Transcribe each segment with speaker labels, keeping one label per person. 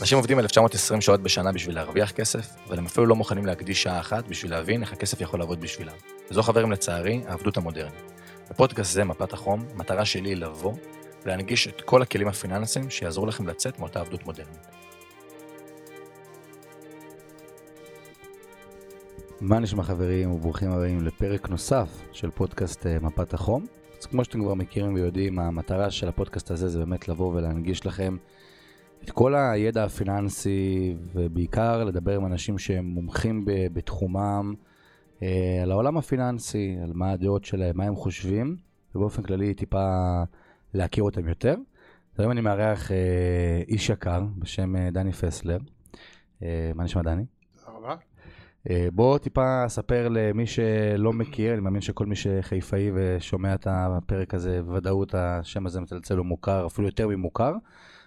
Speaker 1: אנשים עובדים 1920 שעות בשנה בשביל להרוויח כסף, אבל הם אפילו לא מוכנים להקדיש שעה אחת בשביל להבין איך הכסף יכול לעבוד בשבילם. וזו, חברים, לצערי, העבדות המודרנית. בפודקאסט זה, מפת החום, המטרה שלי היא לבוא ולהנגיש את כל הכלים הפיננסיים שיעזרו לכם לצאת מאותה עבדות מודרנית.
Speaker 2: מה נשמע חברים וברוכים הבאים לפרק נוסף של פודקאסט אה, מפת החום. אז כמו שאתם כבר מכירים ויודעים, המטרה של הפודקאסט הזה זה באמת לבוא ולהנגיש לכם את כל הידע הפיננסי ובעיקר לדבר עם אנשים שהם מומחים ב- בתחומם אה, על העולם הפיננסי, על מה הדעות שלהם, מה הם חושבים, ובאופן כללי טיפה להכיר אותם יותר. אז היום אני מארח אה, איש יקר בשם אה, דני פסלר. אה, מה נשמע דני?
Speaker 3: תודה רבה.
Speaker 2: אה, בוא טיפה ספר למי שלא מכיר, אני מאמין שכל מי שחיפאי ושומע את הפרק הזה, בוודאות השם הזה מצלצל הוא מוכר, אפילו יותר ממוכר,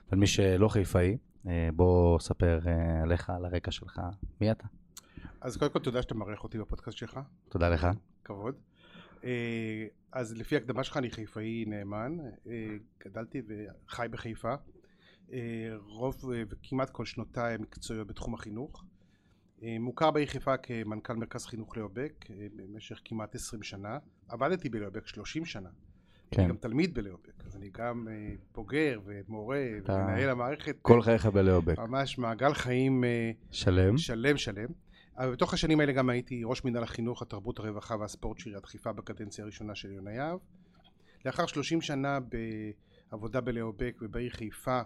Speaker 2: אבל מי שלא חיפאי, אה, בוא ספר אה, עליך, על הרקע שלך, מי אתה?
Speaker 3: אז קודם כל תודה שאתה מארח אותי בפודקאסט שלך,
Speaker 2: תודה לך.
Speaker 3: כבוד. אה, אז לפי ההקדמה שלך אני חיפאי נאמן, אה, גדלתי וחי בחיפה. אה, רוב אה, וכמעט כל שנותיי המקצועיות בתחום החינוך. אה, מוכר בעיר חיפה כמנכ"ל מרכז חינוך ליאובק אה, במשך כמעט 20 שנה. עבדתי בליאובק 30 שנה.
Speaker 2: כן.
Speaker 3: אני גם תלמיד בליאובק, אז אני גם אה, בוגר ומורה
Speaker 2: אתה-
Speaker 3: ומנהל המערכת.
Speaker 2: כל חייך בלאובק.
Speaker 3: ממש מעגל חיים אה,
Speaker 2: שלם.
Speaker 3: שלם שלם. אבל בתוך השנים האלה גם הייתי ראש מינהל החינוך, התרבות, הרווחה והספורט של עיריית חיפה בקדנציה הראשונה של יונה יהב. לאחר 30 שנה בעבודה בלאובק ובעיר חיפה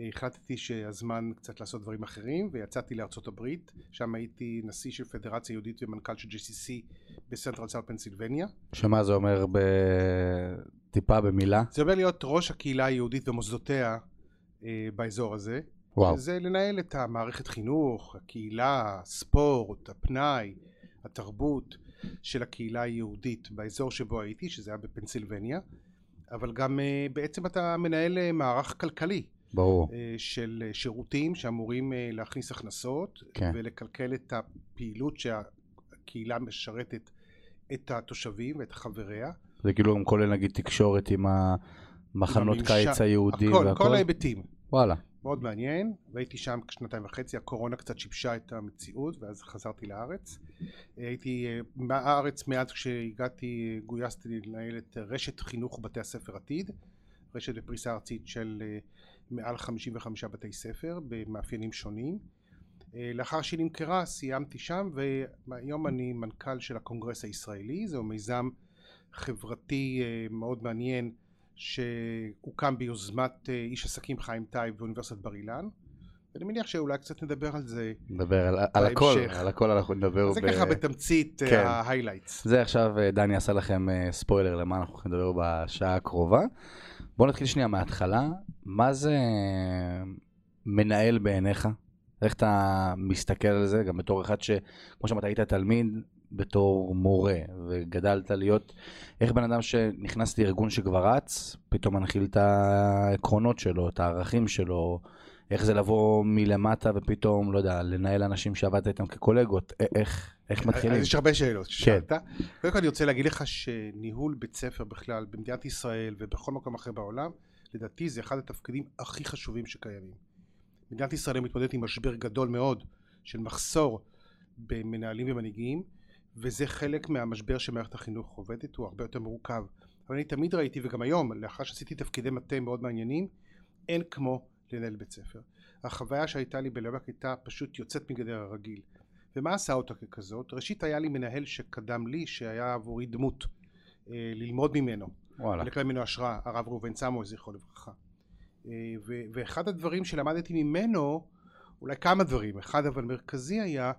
Speaker 3: אה, החלטתי שהזמן קצת לעשות דברים אחרים ויצאתי לארצות הברית, שם הייתי נשיא של פדרציה יהודית ומנכ"ל של GCC בסנטרל סאר פנסילבניה.
Speaker 2: שמה זה אומר ב... טיפה במילה?
Speaker 3: זה אומר להיות ראש הקהילה היהודית ומוסדותיה אה, באזור הזה.
Speaker 2: וואו.
Speaker 3: זה לנהל את המערכת חינוך, הקהילה, הספורט, הפנאי, התרבות של הקהילה היהודית באזור שבו הייתי, שזה היה בפנסילבניה, אבל גם אה, בעצם אתה מנהל אה, מערך כלכלי
Speaker 2: ברור.
Speaker 3: אה, של אה, שירותים שאמורים אה, להכניס הכנסות
Speaker 2: כן.
Speaker 3: ולקלקל את הפעילות שהקהילה משרתת את התושבים ואת חבריה.
Speaker 2: זה כאילו גם כולל נגיד תקשורת עם המחנות
Speaker 3: עם הממשל-
Speaker 2: קיץ היהודים
Speaker 3: הכל,
Speaker 2: והכל?
Speaker 3: כל ההיבטים.
Speaker 2: וואלה.
Speaker 3: מאוד מעניין, והייתי שם שנתיים וחצי, הקורונה קצת שיבשה את המציאות ואז חזרתי לארץ. הייתי אה, מהארץ מאז כשהגעתי, אה, גויסתי לנהל את אה, רשת חינוך בתי הספר עתיד, רשת בפריסה ארצית של אה, מעל 55 בתי ספר במאפיינים שונים. אה, לאחר שהיא נמכרה סיימתי שם והיום אני מנכ"ל של הקונגרס הישראלי, זהו מיזם חברתי אה, מאוד מעניין שהוקם ביוזמת אה, איש עסקים חיים טייב באוניברסיטת בר אילן ואני מניח שאולי קצת נדבר על זה,
Speaker 2: נדבר על, על הכל,
Speaker 3: בהמשך.
Speaker 2: על הכל אנחנו נדבר.
Speaker 3: זה ככה בתמצית
Speaker 2: לא כן.
Speaker 3: כן. ההיילייטס.
Speaker 2: זה עכשיו אה, דני עשה לכם אה, ספוילר למה אנחנו הולכים לדבר בשעה הקרובה. בואו נתחיל שנייה מההתחלה. מה זה אה, מנהל בעיניך? איך אתה מסתכל על זה? גם בתור אחד שכמו שאמרת היית תלמיד, בתור מורה, וגדלת להיות... איך בן אדם שנכנס לארגון שכבר רץ, פתאום מנחיל את העקרונות שלו, את הערכים שלו, איך זה לבוא מלמטה ופתאום, לא יודע, לנהל אנשים שעבדת איתם כקולגות, א- איך, איך מתחילים? כן.
Speaker 3: אז יש הרבה שאלות ששאלת. קודם כל אני רוצה להגיד לך שניהול בית ספר בכלל במדינת ישראל ובכל מקום אחר בעולם, לדעתי זה אחד התפקידים הכי חשובים שקיימים. מדינת ישראל היום מתמודדת עם משבר גדול מאוד של מחסור במנהלים ומנהיגים, וזה חלק מהמשבר שמערכת החינוך עובדת, הוא הרבה יותר מורכב. אבל אני תמיד ראיתי, וגם היום, לאחר שעשיתי תפקידי מטה מאוד מעניינים, אין כמו לנהל בית ספר. החוויה שהייתה לי בלבק הייתה פשוט יוצאת מגדר הרגיל. ומה עשה אותה ככזאת? ראשית היה לי מנהל שקדם לי, שהיה עבורי דמות אה, ללמוד ממנו,
Speaker 2: וואלה.
Speaker 3: לקבל ממנו השראה, הרב ראובן סמואל, זכרו לברכה. אה, ו- ואחד הדברים שלמדתי ממנו, אולי כמה דברים, אחד אבל מרכזי היה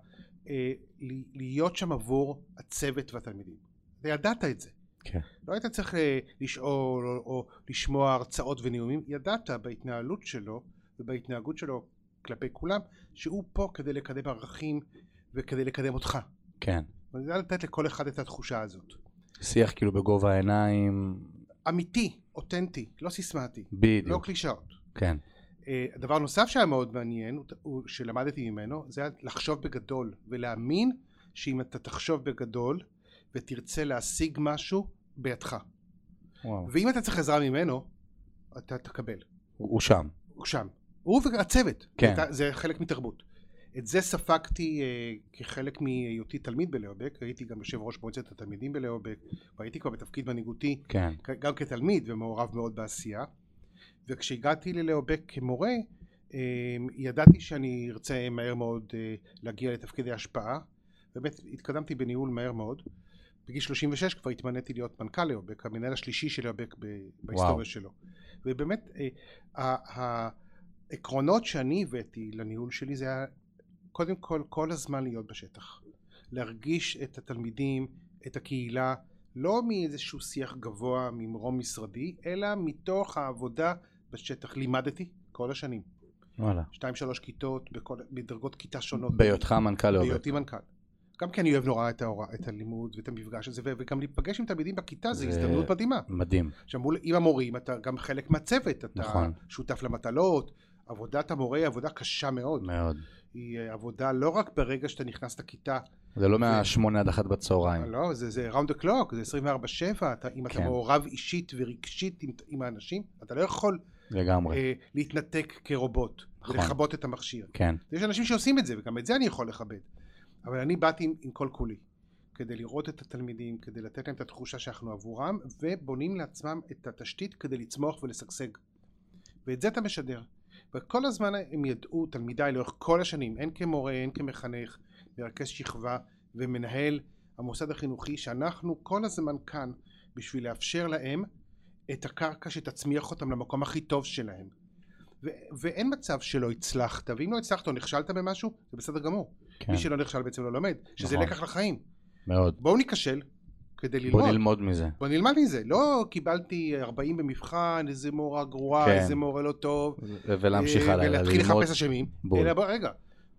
Speaker 3: אה, ל- להיות שם עבור הצוות והתלמידים. וידעת את זה.
Speaker 2: כן.
Speaker 3: לא היית צריך אה, לשאול או, או לשמוע הרצאות ונאומים, ידעת בהתנהלות שלו ובהתנהגות שלו כלפי כולם, שהוא פה כדי לקדם ערכים וכדי לקדם אותך.
Speaker 2: כן.
Speaker 3: אני יודע לתת לכל אחד את התחושה הזאת.
Speaker 2: שיח כאילו בגובה העיניים,
Speaker 3: אמיתי, אותנטי, לא סיסמאתי, לא
Speaker 2: בדיוק,
Speaker 3: קלישאות.
Speaker 2: כן.
Speaker 3: אה, דבר נוסף שהיה מאוד מעניין, הוא- הוא- שלמדתי ממנו, זה היה לחשוב בגדול ולהאמין שאם אתה תחשוב בגדול ותרצה להשיג משהו, בידך.
Speaker 2: וואו.
Speaker 3: ואם אתה צריך עזרה ממנו, אתה תקבל.
Speaker 2: הוא הוא שם.
Speaker 3: הוא שם. הוא והצוות.
Speaker 2: כן.
Speaker 3: הייתה- זה חלק מתרבות. את זה ספגתי אה, כחלק מהיותי תלמיד בלהובק, הייתי גם יושב ראש מועצת התלמידים בלהובק, והייתי כבר בתפקיד מנהיגותי
Speaker 2: כן.
Speaker 3: כ- גם כתלמיד ומעורב מאוד בעשייה וכשהגעתי ללאובק כמורה אה, ידעתי שאני ארצה מהר מאוד אה, להגיע לתפקידי השפעה באמת התקדמתי בניהול מהר מאוד בגיל 36 כבר התמניתי להיות מנכ"ל לאובק המנהל השלישי של לאובק ב- בהיסטוריה שלו ובאמת אה, ה- ה- העקרונות שאני הבאתי לניהול שלי זה היה קודם כל כל הזמן להיות בשטח להרגיש את התלמידים את הקהילה לא מאיזשהו שיח גבוה ממרום משרדי, אלא מתוך העבודה בשטח. לימדתי כל השנים.
Speaker 2: וואלה.
Speaker 3: שתיים, שלוש כיתות, בכל, בדרגות כיתה שונות.
Speaker 2: בהיותך מנכ"ל לאובק.
Speaker 3: בהיותי מנכ"ל. גם כי אני אוהב נורא את, ההורא, את הלימוד ואת המפגש הזה, ו- וגם להיפגש עם תלמידים בכיתה זה
Speaker 2: זה-
Speaker 3: הזדמנות מדהימה.
Speaker 2: מדהים.
Speaker 3: עכשיו, מול, עם המורים אתה גם חלק מהצוות, אתה
Speaker 2: נכון.
Speaker 3: שותף למטלות. עבודת המורה היא עבודה קשה מאוד.
Speaker 2: מאוד.
Speaker 3: היא אה, עבודה לא רק ברגע שאתה נכנס לכיתה,
Speaker 2: זה לא מהשמונה עד אחת בצהריים.
Speaker 3: לא, זה, זה round the clock, זה 24-7, אתה, אם אתה
Speaker 2: כן.
Speaker 3: מעורב אישית ורגשית עם, עם האנשים, אתה לא יכול
Speaker 2: לגמרי.
Speaker 3: אה, להתנתק כרובוט,
Speaker 2: נכון.
Speaker 3: ולכבות את המכשיר.
Speaker 2: כן.
Speaker 3: יש אנשים שעושים את זה, וגם את זה אני יכול לכבד. אבל אני באתי עם, עם כל כולי, כדי לראות את התלמידים, כדי לתת להם את התחושה שאנחנו עבורם, ובונים לעצמם את התשתית כדי לצמוח ולשגשג. ואת זה אתה משדר. וכל הזמן הם ידעו, תלמידיי לאורך כל השנים, הן כמורה, הן כמחנך, מרכז שכבה ומנהל המוסד החינוכי, שאנחנו כל הזמן כאן בשביל לאפשר להם את הקרקע שתצמיח אותם למקום הכי טוב שלהם. ו- ואין מצב שלא הצלחת, ואם לא הצלחת או נכשלת במשהו, זה בסדר גמור.
Speaker 2: כן.
Speaker 3: מי שלא נכשל בעצם לא לומד, שזה
Speaker 2: נכון.
Speaker 3: לקח לחיים.
Speaker 2: מאוד.
Speaker 3: בואו ניכשל כדי ללמוד.
Speaker 2: בוא נלמוד מזה.
Speaker 3: בוא נלמד מזה, לא קיבלתי 40 במבחן, איזה מורה גרועה,
Speaker 2: כן.
Speaker 3: איזה מורה לא טוב, אה,
Speaker 2: ו- ולהמשיך הלאה.
Speaker 3: ולהתחיל
Speaker 2: ללמוד.
Speaker 3: לחפש אשמים,
Speaker 2: בול.
Speaker 3: אלא בוא, רגע,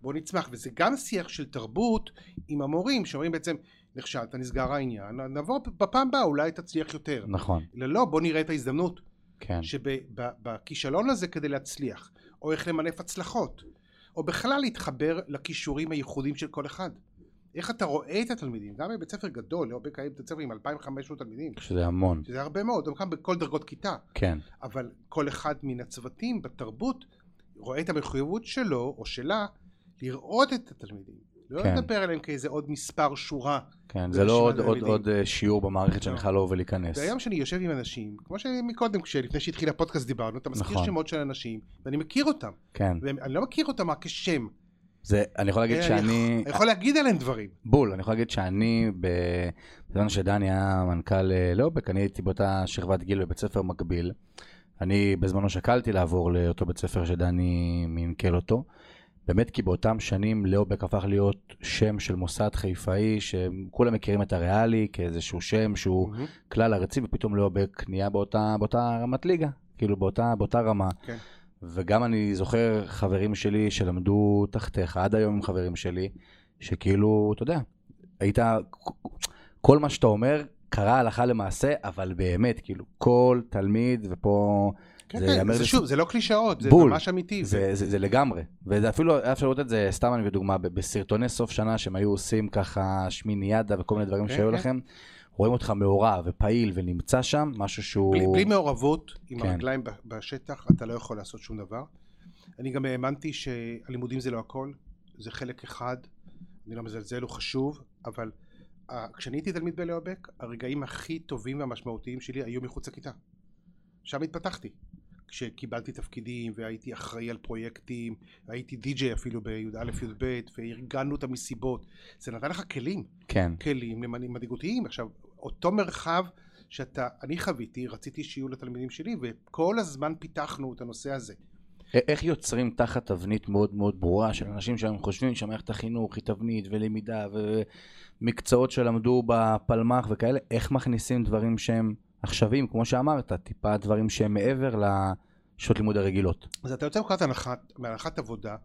Speaker 3: בוא נצמח, וזה גם שיח של תרבות עם המורים, שאומרים בעצם, נכשלת, נסגר העניין, נבוא בפעם הבאה, אולי תצליח יותר.
Speaker 2: נכון.
Speaker 3: אלא לא, בוא נראה את ההזדמנות
Speaker 2: כן.
Speaker 3: שבכישלון הזה כדי להצליח, או איך למנף הצלחות, או בכלל להתחבר לכישורים הייחודיים של כל אחד. איך אתה רואה את התלמידים, גם בבית ספר גדול, לא בקיים בית ספר עם 2,500 תלמידים,
Speaker 2: שזה המון.
Speaker 3: שזה הרבה מאוד, גם כאן בכל דרגות כיתה,
Speaker 2: כן.
Speaker 3: אבל כל אחד מן הצוותים בתרבות רואה את המחויבות שלו או שלה לראות את התלמידים. לא
Speaker 2: כן.
Speaker 3: לדבר עליהם כאיזה עוד מספר שורה.
Speaker 2: כן. זה לא עוד-
Speaker 3: ברשימת
Speaker 2: עוד
Speaker 3: הילדים.
Speaker 2: עוד אה, שיעור במערכת שאני
Speaker 3: לא.
Speaker 2: חייב לבוא ולהיכנס.
Speaker 3: והיום שאני יושב עם אנשים, כמו שמקודם, כשלפני שהתחיל הפודקאסט דיברנו, אתה מזכיר
Speaker 2: נכון.
Speaker 3: שמות של אנשים, ואני מכיר אותם.
Speaker 2: כן.
Speaker 3: ואני לא מכיר אותם רק כשם.
Speaker 2: זה, אני יכול להגיד
Speaker 3: אה,
Speaker 2: שאני...
Speaker 3: אני יכול להגיד עליהם דברים.
Speaker 2: בול, אני יכול להגיד שאני, ב- בזמן שדני היה מנכ"ל אה, לאובק, אני הייתי באותה שכבת גיל בבית ספר מקביל. אני בזמנו שקלתי לעבור לאותו בית ספר שדני מנקל אותו. באמת כי באותם שנים לאובק הפך להיות שם של מוסד חיפאי, שכולם מכירים את הריאלי כאיזשהו שם שהוא
Speaker 3: אוקיי?
Speaker 2: כלל ארצי, ופתאום לאובק נהיה באותה, באותה רמת ליגה, כאילו באותה, באותה רמה.
Speaker 3: כן.
Speaker 2: וגם אני זוכר חברים שלי שלמדו תחתיך, עד היום הם חברים שלי, שכאילו, אתה יודע, היית, כל מה שאתה אומר קרה הלכה למעשה, אבל באמת, כאילו, כל תלמיד, ופה
Speaker 3: כן,
Speaker 2: זה
Speaker 3: כן,
Speaker 2: ייאמר
Speaker 3: זה
Speaker 2: לזכות-
Speaker 3: שוב, זה לא קלישאות, זה
Speaker 2: בול.
Speaker 3: ממש אמיתי. זה-
Speaker 2: זה, זה, זה לגמרי, וזה אפילו היה אפשר לראות את זה, סתם אני בדוגמה, ב- בסרטוני סוף שנה שהם היו עושים ככה שמיניאדה וכל מיני דברים
Speaker 3: כן,
Speaker 2: שהיו
Speaker 3: כן.
Speaker 2: לכם, רואים אותך מעורב ופעיל ונמצא שם, משהו שהוא...
Speaker 3: בלי, בלי מעורבות עם
Speaker 2: כן.
Speaker 3: הרגליים ב- בשטח אתה לא יכול לעשות שום דבר. אני גם האמנתי שהלימודים זה לא הכל, זה חלק אחד, אני לא מזלזל, הוא חשוב, אבל אה, כשאני הייתי תלמיד בלהובק, הרגעים הכי טובים והמשמעותיים שלי היו מחוץ לכיתה. שם התפתחתי. כשקיבלתי תפקידים והייתי אחראי על פרויקטים, הייתי די-ג'יי אפילו בי"א-י"ב, וארגנו את המסיבות, זה נתן לך כלים.
Speaker 2: כן,
Speaker 3: כלים למנ- מנהיגותיים. עכשיו, אותו מרחב שאתה, אני חוויתי, רציתי שיהיו לתלמידים שלי, וכל הזמן פיתחנו את הנושא הזה.
Speaker 2: א- איך יוצרים תחת תבנית מאוד מאוד ברורה של אנשים שהם חושבים שמערכת החינוך היא תבנית ולמידה ומקצועות שלמדו בפלמ"ח וכאלה, איך מכניסים דברים שהם עכשוויים, כמו שאמרת, טיפה דברים שהם מעבר לשעות לימוד הרגילות.
Speaker 3: אז אתה יוצא מנקודת הנחת, מהנחת עבודה,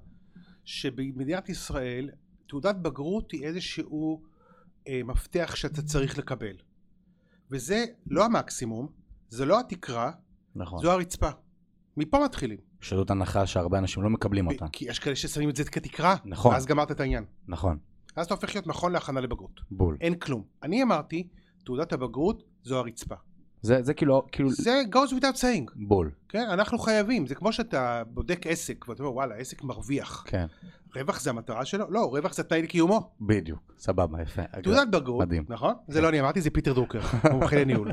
Speaker 3: שבמדינת ישראל תעודת בגרות היא איזשהו אה, מפתח שאתה צריך לקבל. וזה לא המקסימום, זה לא התקרה,
Speaker 2: נכון.
Speaker 3: זו הרצפה. מפה מתחילים.
Speaker 2: שזאת הנחה שהרבה אנשים לא מקבלים אותה.
Speaker 3: כי יש כאלה ששמים את זה כתקרה,
Speaker 2: נכון.
Speaker 3: ואז גמרת את העניין.
Speaker 2: נכון,
Speaker 3: אז אתה הופך להיות מכון להכנה לבגרות.
Speaker 2: בול.
Speaker 3: אין כלום. אני אמרתי, תעודת הבגרות זו הרצפה.
Speaker 2: זה, זה כאילו, כאילו
Speaker 3: זה goes without saying,
Speaker 2: בול.
Speaker 3: כן? אנחנו חייבים, זה כמו שאתה בודק עסק, ואתה אומר וואלה, העסק מרוויח.
Speaker 2: כן.
Speaker 3: רווח זה המטרה שלו? לא, רווח זה תנאי לקיומו.
Speaker 2: בדיוק. סבבה, יפה.
Speaker 3: תעודת בגרות,
Speaker 2: מדהים.
Speaker 3: נכון? זה לא אני אמרתי, זה פיטר דרוקר, מומחה לניהול.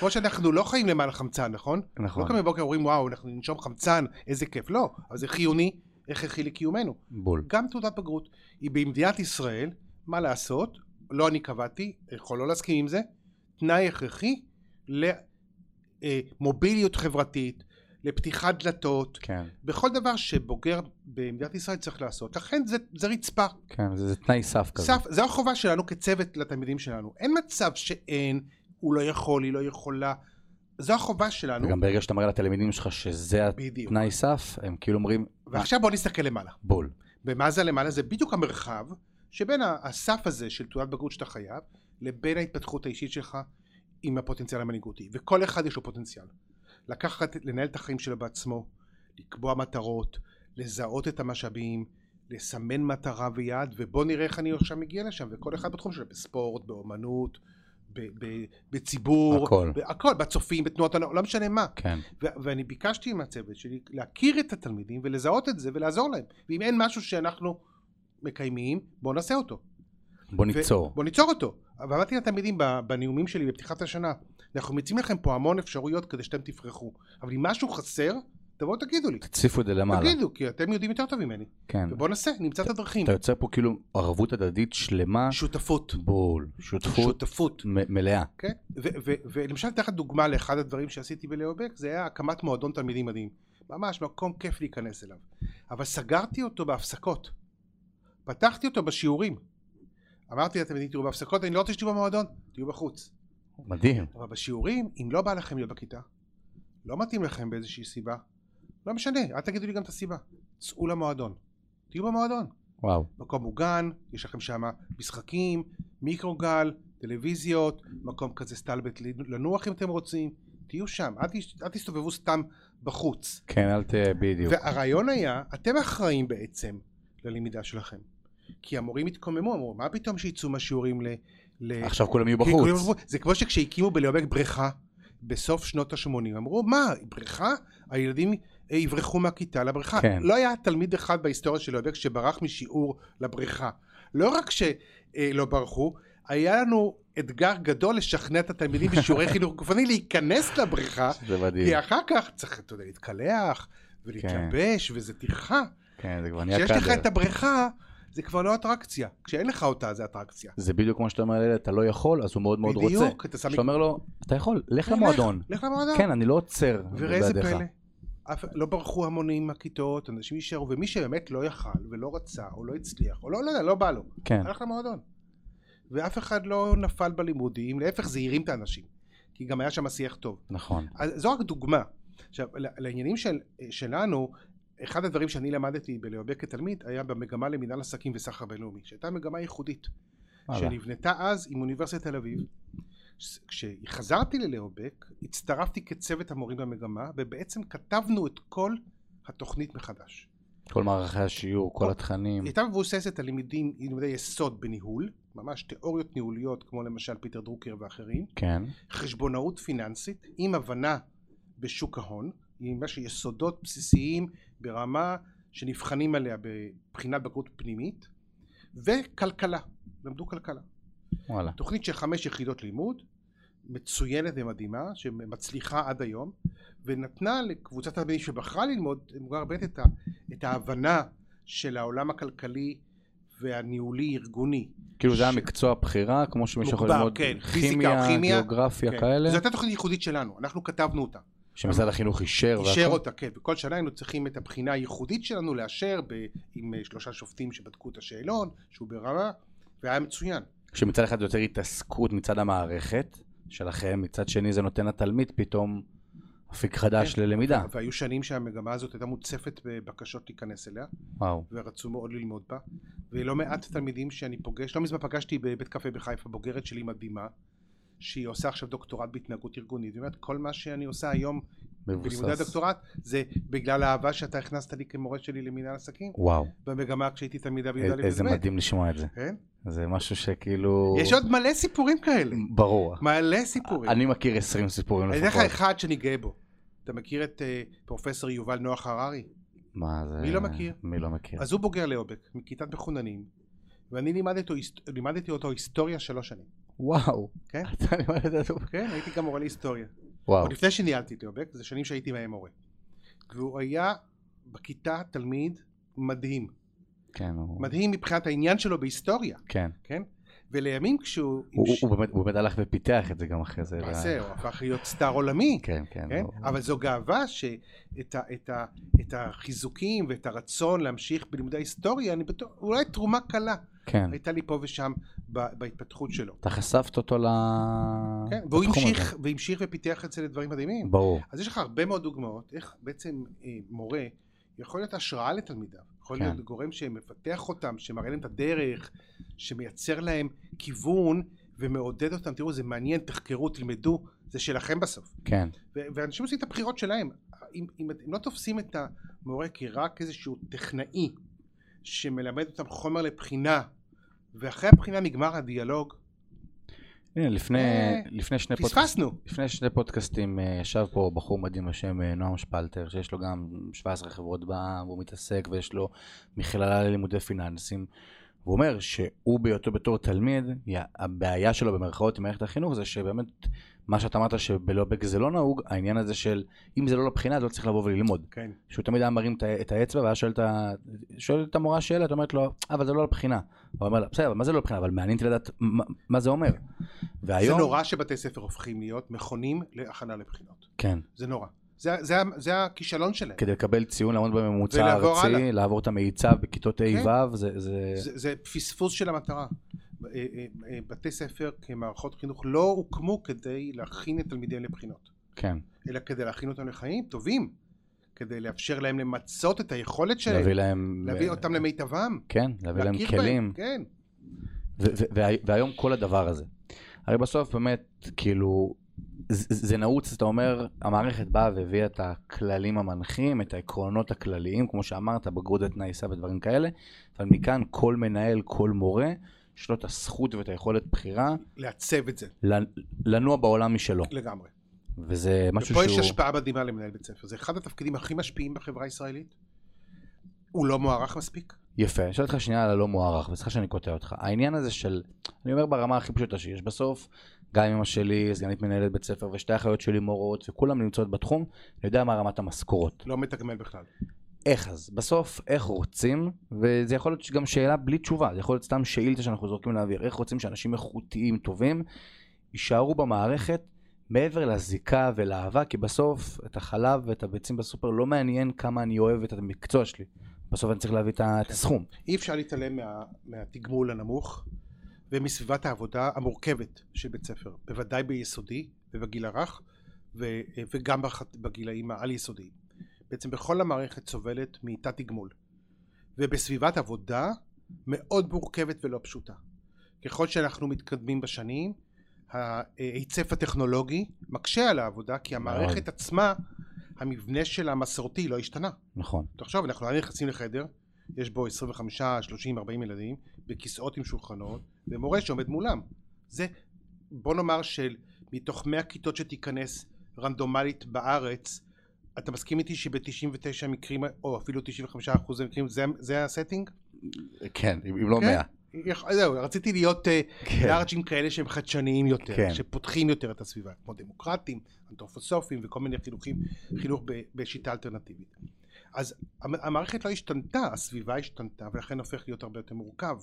Speaker 3: כמו שאנחנו לא חיים למען החמצן, נכון?
Speaker 2: נכון.
Speaker 3: לא קמים בבוקר אומרים וואו, אנחנו ננשום חמצן, איזה כיף. לא, אבל זה חיוני, הכרחי לקיומנו.
Speaker 2: בול.
Speaker 3: גם תעודת בגרות. היא במדינת ישראל, מה לעשות? לא אני קבעתי, יכול לא להסכים עם זה, תנאי הכרחי למוביליות חברתית, לפתיחת דלתות,
Speaker 2: כן,
Speaker 3: בכל דבר שבוגר במדינת ישראל צריך לעשות. לכן זה, זה רצפה.
Speaker 2: כן, זה, זה תנאי סף כזה.
Speaker 3: סף, זו החובה שלנו כצוות לתלמידים שלנו. אין מצב שאין, הוא לא יכול, היא לא יכולה. זו החובה שלנו.
Speaker 2: וגם ברגע שאתה מראה לתלמידים שלך שזה
Speaker 3: בדיוק.
Speaker 2: התנאי סף, הם כאילו אומרים,
Speaker 3: ועכשיו בואו נסתכל למעלה.
Speaker 2: בול.
Speaker 3: ומה זה למעלה? זה בדיוק המרחב שבין ה- הסף הזה של תעודת בגרות שאתה חייב, לבין ההתפתחות האישית שלך עם הפוטנציאל המנהיגותי. וכל אחד יש לו פוטנציאל. לקחת, לנהל את החיים שלו בעצמו, לקבוע מטרות, לזהות את המשאבים, לסמן מטרה ויעד, ובוא נראה איך אני עכשיו מגיע לשם, וכל אחד בתחום שלו, בספורט, באומנות, ב- ב- בציבור,
Speaker 2: הכל.
Speaker 3: הכל, בצופים, בתנועות הנוער, לא משנה מה.
Speaker 2: כן,
Speaker 3: ו- ואני ביקשתי מהצוות שלי להכיר את התלמידים ולזהות את זה ולעזור להם. ואם אין משהו שאנחנו מקיימים, בואו נעשה אותו.
Speaker 2: בוא
Speaker 3: ו-
Speaker 2: ניצור.
Speaker 3: בואו ניצור אותו. אבל אמרתי לתלמידים ב- בנאומים שלי בפתיחת השנה, אנחנו מציעים לכם פה המון אפשרויות כדי שאתם תפרחו. אבל אם משהו חסר, תבואו תגידו לי.
Speaker 2: תציפו את זה למעלה.
Speaker 3: תגידו, כי אתם יודעים יותר טוב ממני.
Speaker 2: כן.
Speaker 3: ובואו נעשה, נמצא את הדרכים.
Speaker 2: אתה יוצר פה כאילו ערבות הדדית שלמה.
Speaker 3: שותפות.
Speaker 2: בול. שותפות
Speaker 3: שותפות.
Speaker 2: מ- מלאה.
Speaker 3: כן, ו- ו- ולמשל אתן לך דוגמה לאחד הדברים שעשיתי בלאובק, זה היה הקמת מועדון תלמידים מדהים. ממש מקום כיף להיכנס אליו. אבל סגרתי אותו בהפסקות. פתחתי אותו בשיעורים. אמרתי לתלמידים, תראו בהפסקות, אני לא רוצה שתהיו במועדון, תהיו בחוץ.
Speaker 2: מדהים.
Speaker 3: אבל בשיעורים, אם לא בא לכם להיות בכיתה, לא מתאים לכם באיזושהי סיבה, לא משנה, אל תגידו לי גם את הסיבה. צאו למועדון. תהיו במועדון.
Speaker 2: וואו.
Speaker 3: מקום מוגן, יש לכם שם משחקים, מיקרוגל, טלוויזיות, מקום כזה סטלבט לנוח אם אתם רוצים, תהיו שם, אל, תש... אל תסתובבו סתם בחוץ.
Speaker 2: כן, אל ת... בדיוק.
Speaker 3: והרעיון היה, אתם אחראים בעצם ללמידה שלכם. כי המורים התקוממו, אמרו, מה פתאום שיצאו מהשיעורים ל... ל...
Speaker 2: עכשיו כולם יהיו
Speaker 3: כי כולם
Speaker 2: בחוץ.
Speaker 3: אמרו, זה כמו שכשהקימו בליאובק בריכה בסוף שנות ה-80, אמרו, מה, בריכה? הילדים אה, יברחו מהכיתה לבריכה.
Speaker 2: כן.
Speaker 3: לא היה תלמיד אחד בהיסטוריה של ליאובק שברח משיעור לבריכה. לא רק שלא ברחו, היה לנו אתגר גדול לשכנע את התלמידים בשיעורי חינוך גופני להיכנס לבריכה,
Speaker 2: זה מדהים.
Speaker 3: כי אחר כך צריך, אתה יודע, להתקלח ולהתלבש, וזה טרחה.
Speaker 2: כן, זה כבר נהיה
Speaker 3: כשיש לך את
Speaker 2: קאדר.
Speaker 3: הבריכה, זה כבר לא אטרקציה. כשאין לך אותה, זה אטרקציה.
Speaker 2: זה בדיוק כמו שאתה אומר לילד, אתה לא יכול, אז הוא מאוד מאוד רוצה.
Speaker 3: בדיוק, אתה שם
Speaker 2: שאתה אומר לו, אתה יכול, לך
Speaker 3: לך,
Speaker 2: למועדון.
Speaker 3: לך למועדון.
Speaker 2: כן, אני לא עוצר
Speaker 3: וראה זה
Speaker 2: בעדיך.
Speaker 3: פלא, אף, לא ברחו המונים מהכיתות, אנשים יישארו, ומי שבאמת לא יכל ולא רצה או לא הצליח, או לא, לא יודע, לא בא לו,
Speaker 2: כן,
Speaker 3: הלך למועדון. ואף אחד לא נפל בלימודים, להפך זה הרים את האנשים, כי גם היה שם שיח טוב.
Speaker 2: נכון.
Speaker 3: אז זו רק דוגמה. עכשיו, ל- לעניינים של, אה, שלנו, אחד הדברים שאני למדתי בלהיאבק כתלמיד היה במגמה למינהל עסקים וסחר בינלאומי, שהייתה מגמה ייחודית.
Speaker 2: וואלה.
Speaker 3: שנבנתה אז עם אוניברסיטת תל אביב. ש- כשחזרתי ללאובק, הצטרפתי כצוות המורים במגמה, ובעצם כתבנו את כל התוכנית מחדש.
Speaker 2: כל מערכי השיעור, כל התכנים.
Speaker 3: היא הייתה מבוססת על לימודים, לימודי יסוד בניהול, ממש תיאוריות ניהוליות, כמו למשל פיטר דרוקר ואחרים,
Speaker 2: כן,
Speaker 3: חשבונאות פיננסית, עם הבנה בשוק ההון, עם ממש יסודות בסיסיים ברמה שנבחנים עליה בבחינת בגרות פנימית, וכלכלה, למדו כלכלה.
Speaker 2: וואלה.
Speaker 3: תוכנית של חמש יחידות לימוד, מצוינת ומדהימה, שמצליחה עד היום, ונתנה לקבוצת התלמידים שבחרה ללמוד מוגר ב' את, ה- את ההבנה של העולם הכלכלי והניהולי ארגוני.
Speaker 2: כאילו זה היה
Speaker 3: ש-
Speaker 2: מקצוע בחירה, כמו שמישהו יכול
Speaker 3: מוגבר,
Speaker 2: ללמוד
Speaker 3: כן. פיזיקה,
Speaker 2: כימיה,
Speaker 3: כימיה,
Speaker 2: גיאוגרפיה
Speaker 3: כן.
Speaker 2: כאלה,
Speaker 3: זו הייתה תוכנית ייחודית שלנו, אנחנו כתבנו אותה.
Speaker 2: שמשרד החינוך אישר
Speaker 3: אישר
Speaker 2: והכל.
Speaker 3: אותה, כן, וכל שנה היינו צריכים את הבחינה הייחודית שלנו לאשר ב- עם אה, שלושה שופטים שבדקו את השאלון, שהוא ברמה, והיה מצוין.
Speaker 2: שמצד אחד זה יוצר התעסקות מצד המערכת שלכם, מצד שני זה נותן לתלמיד פתאום אפיק חדש
Speaker 3: כן.
Speaker 2: ללמידה.
Speaker 3: והיו שנים שהמגמה הזאת הייתה מוצפת בבקשות להיכנס אליה.
Speaker 2: וואו.
Speaker 3: ורצו מאוד ללמוד בה ולא מעט תלמידים שאני פוגש, לא מזמן פגשתי בבית קפה בחיפה בוגרת שלי מדהימה שהיא עושה עכשיו דוקטורט בהתנהגות ארגונית, היא אומרת כל מה שאני עושה היום בלימודי
Speaker 2: מבוסס.
Speaker 3: הדוקטורט זה בגלל האהבה שאתה הכנסת לי כמורה שלי למינהל עסקים
Speaker 2: וואו.
Speaker 3: במגמה כשהייתי תלמידה בי"א
Speaker 2: איזה
Speaker 3: וב'.
Speaker 2: מדהים לשמוע את זה.
Speaker 3: כן?
Speaker 2: זה משהו שכאילו...
Speaker 3: יש עוד מלא סיפורים כאלה.
Speaker 2: ברור.
Speaker 3: מלא סיפורים.
Speaker 2: אני מכיר 20 סיפורים
Speaker 3: אני אתן
Speaker 2: לפחות.
Speaker 3: לך אחד שאני גאה בו. אתה מכיר את אה, פרופסור יובל נוח הררי?
Speaker 2: כן. מה זה...
Speaker 3: מי לא מכיר?
Speaker 2: מי לא מכיר?
Speaker 3: אז הוא בוגר לאובק, מכיתת מחוננים, ואני לימדתי, אותו- לימדתי אותו היסטוריה שלוש שנים.
Speaker 2: וואו.
Speaker 3: כן?
Speaker 2: אתה לימדת אותו.
Speaker 3: כן, הייתי גם מורה להיסטוריה.
Speaker 2: וואו.
Speaker 3: עוד לפני שניהלתי את לאובק, זה שנים שהייתי מהם מורה. והוא היה בכיתה תלמיד מדהים.
Speaker 2: כן, הוא...
Speaker 3: מדהים מבחינת העניין שלו בהיסטוריה,
Speaker 2: כן.
Speaker 3: כן? ולימים כשהוא...
Speaker 2: הוא- הוא- הוא באמת- הוא באמת הלך ופיתח את זה גם אחרי זה.
Speaker 3: למעשה, הוא הפך להיות סטאר עולמי.
Speaker 2: כן, כן.
Speaker 3: אה, כן?
Speaker 2: הוא-
Speaker 3: אבל זו גאווה שאת ה, את ה, את החיזוקים ואת הרצון להמשיך בלימודי ההיסטוריה, אני בטוח, אולי תרומה קלה
Speaker 2: כן.
Speaker 3: הייתה לי פה ושם ב, בהתפתחות שלו.
Speaker 2: אתה חשפת אותו ל...
Speaker 3: כן? והוא
Speaker 2: לתחום אה, הזה.
Speaker 3: המשיך, והמשיך ופיתח את זה לדברים מדהימים.
Speaker 2: ברור.
Speaker 3: אז יש לך הרבה מאוד דוגמאות איך בעצם אה, מורה יכול להיות השראה לתלמידיו, יכול
Speaker 2: כן.
Speaker 3: כן. להיות גורם שמפתח אותם, שמראה להם את הדרך, שמייצר להם כיוון ומעודד אותם, תראו זה מעניין, תחקרו, תלמדו, זה שלכם בסוף.
Speaker 2: כן.
Speaker 3: ו- ואנשים עושים את הבחירות שלהם. אם, אם, את- אם לא תופסים את המורה כרק איזשהו טכנאי שמלמד אותם חומר לבחינה, ואחרי הבחינה נגמר הדיאלוג,
Speaker 2: הנה, לפני
Speaker 3: אה,
Speaker 2: לפני שני פודקאסטים.
Speaker 3: פספסנו.
Speaker 2: לפני שני פודקאסטים אה, ישב פה בחור מדהים בשם אה, נועם שפלטר, שיש לו גם 17 חברות בעם, והוא מתעסק ויש לו מכללה ללימודי פיננסים. הוא אומר שהוא בהיותו בתור תלמיד, יא- הבעיה שלו במרכאות עם מערכת החינוך זה שבאמת מה שאתה אמרת שבלובק זה לא נהוג, העניין הזה של אם זה לא לבחינה אז לא צריך לבוא וללמוד.
Speaker 3: כן.
Speaker 2: שהוא תמיד היה מרים את ה- את האצבע והיה שואל את, ה... שואל את המורה שאלה, את אומרת לו, אבל זה לא לבחינה. הוא אומר לה, בסדר, אבל מה זה לא לבחינה? אבל מעניין אותי לדעת מה, מה זה אומר. והיום...
Speaker 3: זה נורא שבתי ספר הופכים להיות מכונים להכנה לבחינות.
Speaker 2: כן.
Speaker 3: זה נורא. זה, זה, ה- זה הכישלון שלהם.
Speaker 2: כדי לקבל ציון, לעמוד בממוצע
Speaker 3: ולעבור
Speaker 2: הארצי,
Speaker 3: הלאה.
Speaker 2: לעבור את המיצב בכיתות
Speaker 3: כן.
Speaker 2: ה'-ו', זה... זה...
Speaker 3: זה, זה פספוס של המטרה. אה, אה, אה, בתי ספר כמערכות חינוך לא הוקמו כדי להכין את תלמידיהם לבחינות.
Speaker 2: כן,
Speaker 3: אלא כדי להכין אותם לחיים טובים, כדי לאפשר להם למצות את היכולת שלהם,
Speaker 2: להביא להם...
Speaker 3: להביא אותם למיטבם,
Speaker 2: כן, להביא להם
Speaker 3: להכיר
Speaker 2: כלים.
Speaker 3: בהם, כן,
Speaker 2: ו- ו- וה- והיום כל הדבר הזה. הרי בסוף באמת, כאילו, זה, זה נעוץ, אתה אומר, המערכת באה והביאה את הכללים המנחים, את העקרונות הכלליים, כמו שאמרת, בגרות ותנאי סף ודברים כאלה, אבל מכאן כל מנהל, כל מורה, יש לו את הזכות ואת היכולת בחירה
Speaker 3: לעצב את זה
Speaker 2: לנ- לנוע בעולם משלו.
Speaker 3: לגמרי.
Speaker 2: וזה משהו
Speaker 3: ופה יש
Speaker 2: שהוא...
Speaker 3: השפעה מדהימה למנהל בית ספר, זה אחד התפקידים הכי משפיעים בחברה הישראלית. הוא לא מוערך מספיק.
Speaker 2: יפה, אני שואל אותך שנייה על הלא מוערך, וסליחה שאני קוטע אותך. העניין הזה של, אני אומר ברמה הכי פשוטה שיש, בסוף, גם אמא שלי, סגנית מנהלת בית ספר, ושתי אחיות שלי מורות, וכולם נמצאות בתחום, אני יודע מה רמת המשכורות.
Speaker 3: לא מתגמל בכלל.
Speaker 2: איך אז? בסוף, איך רוצים, וזה יכול להיות גם שאלה בלי תשובה, זה יכול להיות סתם שאילתה שאנחנו זורקים לאוויר, איך רוצים שאנשים איכותיים, טובים, יישארו במערכת מעבר לזיקה ולאהבה, כי בסוף את החלב ואת הביצים בסופר לא מעניין כמה אני אוהב את המקצוע שלי. בסוף אני צריך להביא את ה- את הסכום.
Speaker 3: אי אפשר להתעלם מה, מהתגמול הנמוך ומסביבת העבודה המורכבת של בית ספר, בוודאי ביסודי ובגיל הרך ו, וגם בח, בגילאים העל יסודיים. בעצם בכל המערכת סובלת מתת תגמול ובסביבת עבודה מאוד מורכבת ולא פשוטה. ככל שאנחנו מתקדמים בשנים ההיצף הטכנולוגי מקשה על העבודה כי המערכת עצמה המבנה שלה המסורתי לא השתנה
Speaker 2: נכון.
Speaker 3: תחשוב, אנחנו עדיין נכנסים לחדר, יש בו 25, 30, 40 ילדים, בכיסאות עם שולחנות, ומורה שעומד מולם. זה, בוא נאמר שמתוך 100 כיתות שתיכנס רנדומלית בארץ, אתה מסכים איתי שב-99 מקרים, או אפילו 95 אחוז המקרים, זה, זה הסטינג?
Speaker 2: כן, אם לא
Speaker 3: כן?
Speaker 2: מאה.
Speaker 3: יכ- זהו, רציתי להיות אה,
Speaker 2: כן.
Speaker 3: לארג'ים כאלה שהם חדשניים יותר,
Speaker 2: כן.
Speaker 3: שפותחים יותר את הסביבה, כמו דמוקרטים, אנתרופוסופים וכל מיני חינוכים, חינוך ב- בשיטה אלטרנטיבית. אז המ- המערכת לא השתנתה, הסביבה השתנתה, ולכן הופך להיות הרבה יותר מורכב.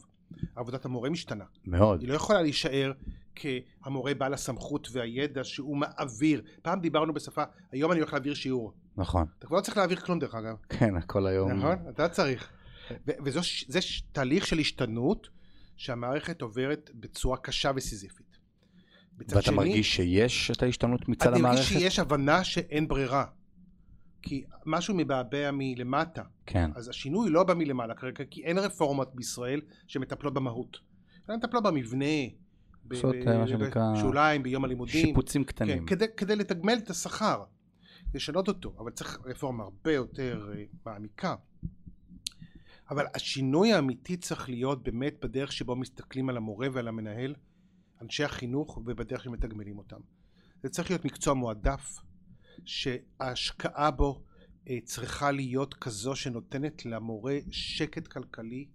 Speaker 3: עבודת המורה משתנה.
Speaker 2: מאוד.
Speaker 3: היא לא יכולה להישאר כהמורה בעל הסמכות והידע שהוא מעביר. פעם דיברנו בשפה, היום אני הולך להעביר שיעור.
Speaker 2: נכון.
Speaker 3: אתה כבר לא צריך להעביר כלום דרך אגב.
Speaker 2: כן, הכל היום.
Speaker 3: נכון? אתה צריך.
Speaker 2: כן.
Speaker 3: וזה ש- תהליך של השתנות שהמערכת עוברת בצורה קשה וסיזיפית. בצד
Speaker 2: ואתה
Speaker 3: שני,
Speaker 2: מרגיש שיש את ההשתנות מצד
Speaker 3: אני
Speaker 2: המערכת?
Speaker 3: מרגיש שיש הבנה שאין ברירה. כי משהו מבעבע מלמטה.
Speaker 2: כן,
Speaker 3: אז השינוי לא בא מלמעלה כרגע, כי אין רפורמות בישראל שמטפלות במהות. הן מטפלות במבנה, ב-
Speaker 2: עושות,
Speaker 3: ב-
Speaker 2: אה, מה שנקרא,
Speaker 3: בשוליים, ביום הלימודים.
Speaker 2: שיפוצים
Speaker 3: כן,
Speaker 2: קטנים.
Speaker 3: כדי, כדי לתגמל את השכר, לשנות אותו, אבל צריך רפורמה הרבה יותר אה, מעמיקה. אבל השינוי האמיתי צריך להיות באמת בדרך שבו מסתכלים על המורה ועל המנהל, אנשי החינוך, ובדרך שמתגמלים אותם. זה צריך להיות מקצוע מועדף, שההשקעה בו אה, צריכה להיות כזו שנותנת למורה שקט כלכלי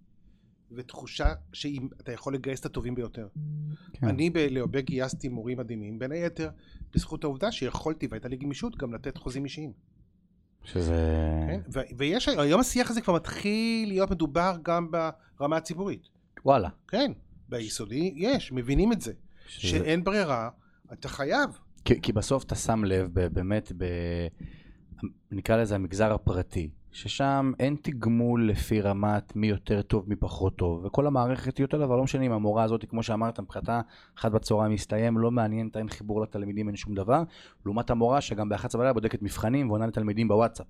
Speaker 3: ותחושה שאתה יכול לגייס את הטובים ביותר.
Speaker 2: כן.
Speaker 3: אני בלהובה גייסתי מורים מדהימים, בין היתר בזכות העובדה שיכולתי והייתה לי גמישות גם לתת חוזים אישיים.
Speaker 2: שזה...
Speaker 3: כן? ו- ויש, היום השיח הזה כבר מתחיל להיות מדובר גם ברמה הציבורית.
Speaker 2: וואלה.
Speaker 3: כן, ביסודי יש, מבינים את זה.
Speaker 2: שזה-
Speaker 3: שאין ברירה, אתה חייב.
Speaker 2: כי, כי בסוף אתה שם לב ב- באמת, ב... נקרא לזה המגזר הפרטי, ששם אין תגמול לפי רמת מי יותר טוב, מי פחות טוב, וכל המערכת היא אותו דבר, לא משנה אם המורה הזאת, כמו שאמרת, מבחינתה, אחת בצהריים מסתיים, לא מעניין, אין חיבור לתלמידים, אין שום דבר, לעומת המורה שגם ב-11 בלילה בודקת מבחנים ועונה לתלמידים בוואטסאפ,